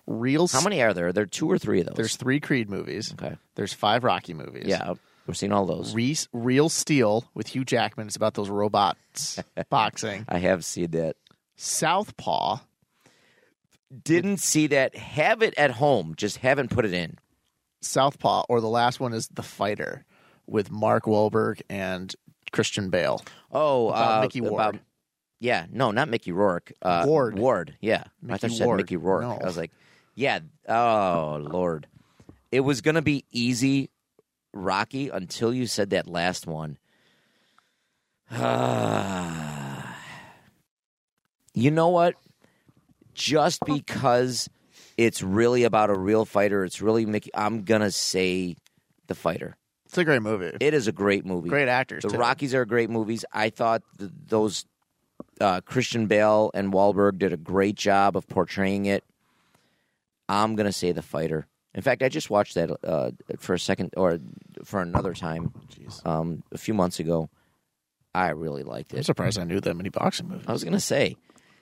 [SPEAKER 2] real.
[SPEAKER 1] How
[SPEAKER 2] s-
[SPEAKER 1] many are there? There are two or three of those.
[SPEAKER 2] There's three Creed movies.
[SPEAKER 1] okay.
[SPEAKER 2] There's five Rocky movies.
[SPEAKER 1] Yeah. We've seen all those.
[SPEAKER 2] Re- Real Steel with Hugh Jackman. It's about those robots boxing.
[SPEAKER 1] I have seen that.
[SPEAKER 2] Southpaw.
[SPEAKER 1] Didn't see that. Have it at home. Just haven't put it in.
[SPEAKER 2] Southpaw, or the last one is The Fighter with Mark Wahlberg and Christian Bale.
[SPEAKER 1] Oh,
[SPEAKER 2] About
[SPEAKER 1] uh,
[SPEAKER 2] Mickey Ward.
[SPEAKER 1] about- yeah, no, not Mickey Rourke. Uh,
[SPEAKER 2] Ward.
[SPEAKER 1] Ward. Yeah, I
[SPEAKER 2] Mickey
[SPEAKER 1] thought you said
[SPEAKER 2] Ward.
[SPEAKER 1] Mickey Rourke.
[SPEAKER 2] No.
[SPEAKER 1] I was like, yeah. Oh Lord, it was gonna be easy, Rocky, until you said that last one. you know what? Just because it's really about a real fighter, it's really Mickey. I'm gonna say the fighter.
[SPEAKER 2] It's a great movie.
[SPEAKER 1] It is a great movie.
[SPEAKER 2] great actors.
[SPEAKER 1] The
[SPEAKER 2] too.
[SPEAKER 1] Rockies are great movies. I thought th- those uh, Christian Bale and Wahlberg did a great job of portraying it. I'm gonna say the fighter. In fact, I just watched that uh, for a second or for another time um, a few months ago. I really liked
[SPEAKER 2] I'm
[SPEAKER 1] it.
[SPEAKER 2] surprised I knew that many boxing movies.
[SPEAKER 1] I was gonna say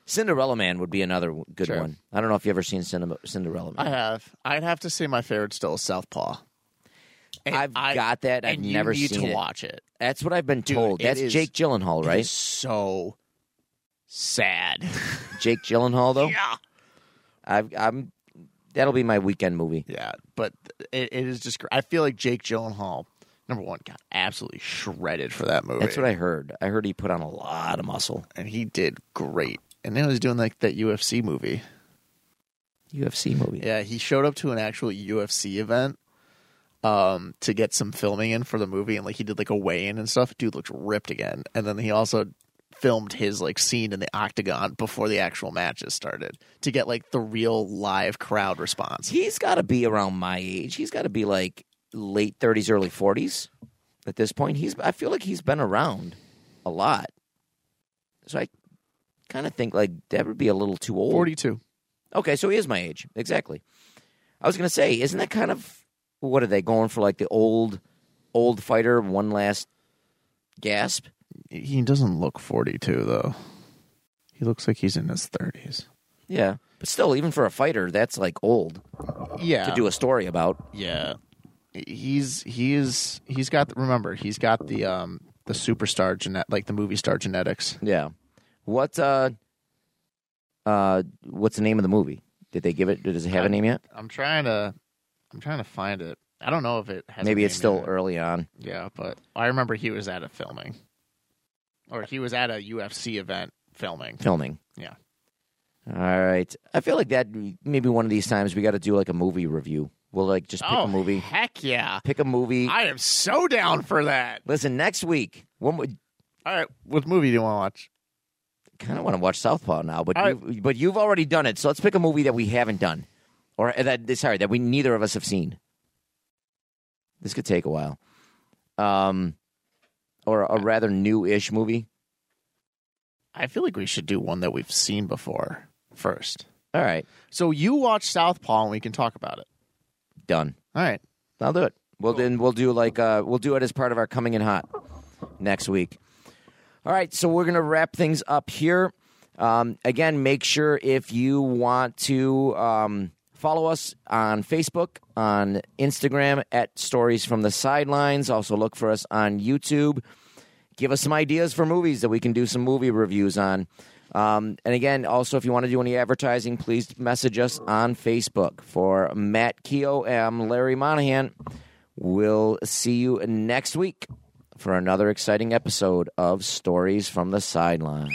[SPEAKER 1] Cinderella Man would be another w- good
[SPEAKER 2] Sure.
[SPEAKER 1] one. I don't know if you ever seen Cinema- Cinderella Man.
[SPEAKER 2] I have. I'd have to say my favorite still is Southpaw. And
[SPEAKER 1] I've
[SPEAKER 2] I-
[SPEAKER 1] got that. I've
[SPEAKER 2] and you
[SPEAKER 1] never
[SPEAKER 2] need
[SPEAKER 1] seen
[SPEAKER 2] to
[SPEAKER 1] it.
[SPEAKER 2] watch it.
[SPEAKER 1] That's what I've been
[SPEAKER 2] Dude,
[SPEAKER 1] told.
[SPEAKER 2] it
[SPEAKER 1] That's
[SPEAKER 2] is-
[SPEAKER 1] Jake Gyllenhaal,
[SPEAKER 2] It
[SPEAKER 1] right?
[SPEAKER 2] is so sad.
[SPEAKER 1] Jake Gyllenhaal, though. I've, I'm. That'll be my weekend movie.
[SPEAKER 2] Yeah, but it, it is just. gr- I feel like Jake Gyllenhaal, number one, got absolutely shredded for that movie.
[SPEAKER 1] That's what I heard. I heard he put on a lot of muscle.
[SPEAKER 2] and he did great. And then he was doing like that UFC movie.
[SPEAKER 1] UFC movie.
[SPEAKER 2] Yeah, he showed up to an actual UFC event um to get some filming in for the movie and like he did like a weigh-in and stuff. Dude looked ripped again. And then he also filmed his like scene in the octagon before the actual matches started to get like the real live crowd response.
[SPEAKER 1] He's got to be around my age. He's got to be like late 30s, early 40s at this point. He's. I feel like he's been around a lot. So I kind of think like that would be a little too old.
[SPEAKER 2] 42.
[SPEAKER 1] Okay, so he is my age exactly. I was gonna say, isn't that kind of what are they going for? Like the old, old fighter, one last gasp.
[SPEAKER 2] He doesn't look 42 though. He looks like he's in his 30s.
[SPEAKER 1] Yeah, but still, even for a fighter, that's like old
[SPEAKER 2] Yeah.
[SPEAKER 1] to do a story about.
[SPEAKER 2] Yeah. He's he is he's got the, remember, he's got the um the superstar genet like the movie star genetics.
[SPEAKER 1] Yeah. What uh uh what's the name of the movie? Did they give it does it have a name yet?
[SPEAKER 2] I'm trying to I'm trying to find it. I don't know if it has a
[SPEAKER 1] Maybe it's
[SPEAKER 2] name
[SPEAKER 1] still
[SPEAKER 2] yet.
[SPEAKER 1] early on.
[SPEAKER 2] Yeah, but I remember he was at a filming. Or he was at a UFC event filming.
[SPEAKER 1] Filming.
[SPEAKER 2] Yeah.
[SPEAKER 1] All right. I feel like that maybe one of these times we gotta do like a movie review. We'll like just pick
[SPEAKER 2] oh,
[SPEAKER 1] a movie.
[SPEAKER 2] Heck yeah.
[SPEAKER 1] Pick a movie.
[SPEAKER 2] I am so down for that.
[SPEAKER 1] Listen, next week one would
[SPEAKER 2] All right, what movie do you want to watch?
[SPEAKER 1] kind of want to watch Southpaw now, but
[SPEAKER 2] All
[SPEAKER 1] you've, but you've already done it, so let's pick a movie that we haven't done, or uh, that sorry that we neither of us have seen. This could take a while, um, or a rather new-ish movie.
[SPEAKER 2] I feel like we should do one that we've seen before first.
[SPEAKER 1] All right,
[SPEAKER 2] So you watch Southpaw and we can talk about it.
[SPEAKER 1] done.
[SPEAKER 2] All right.
[SPEAKER 1] I'll do it. Well, then we'll do like uh, we'll do it as part of our coming in hot next week. All right, so we're gonna wrap things up here. Um, again, make sure if you want to um, follow us on Facebook, on Instagram at Stories from the Sidelines. Also, look for us on YouTube. Give us some ideas for movies that we can do some movie reviews on. Um, and again, also if you want to do any advertising, please message us on Facebook for Matt Keogh and Larry Monahan. We'll see you next week for another exciting episode of Stories from the Sideline.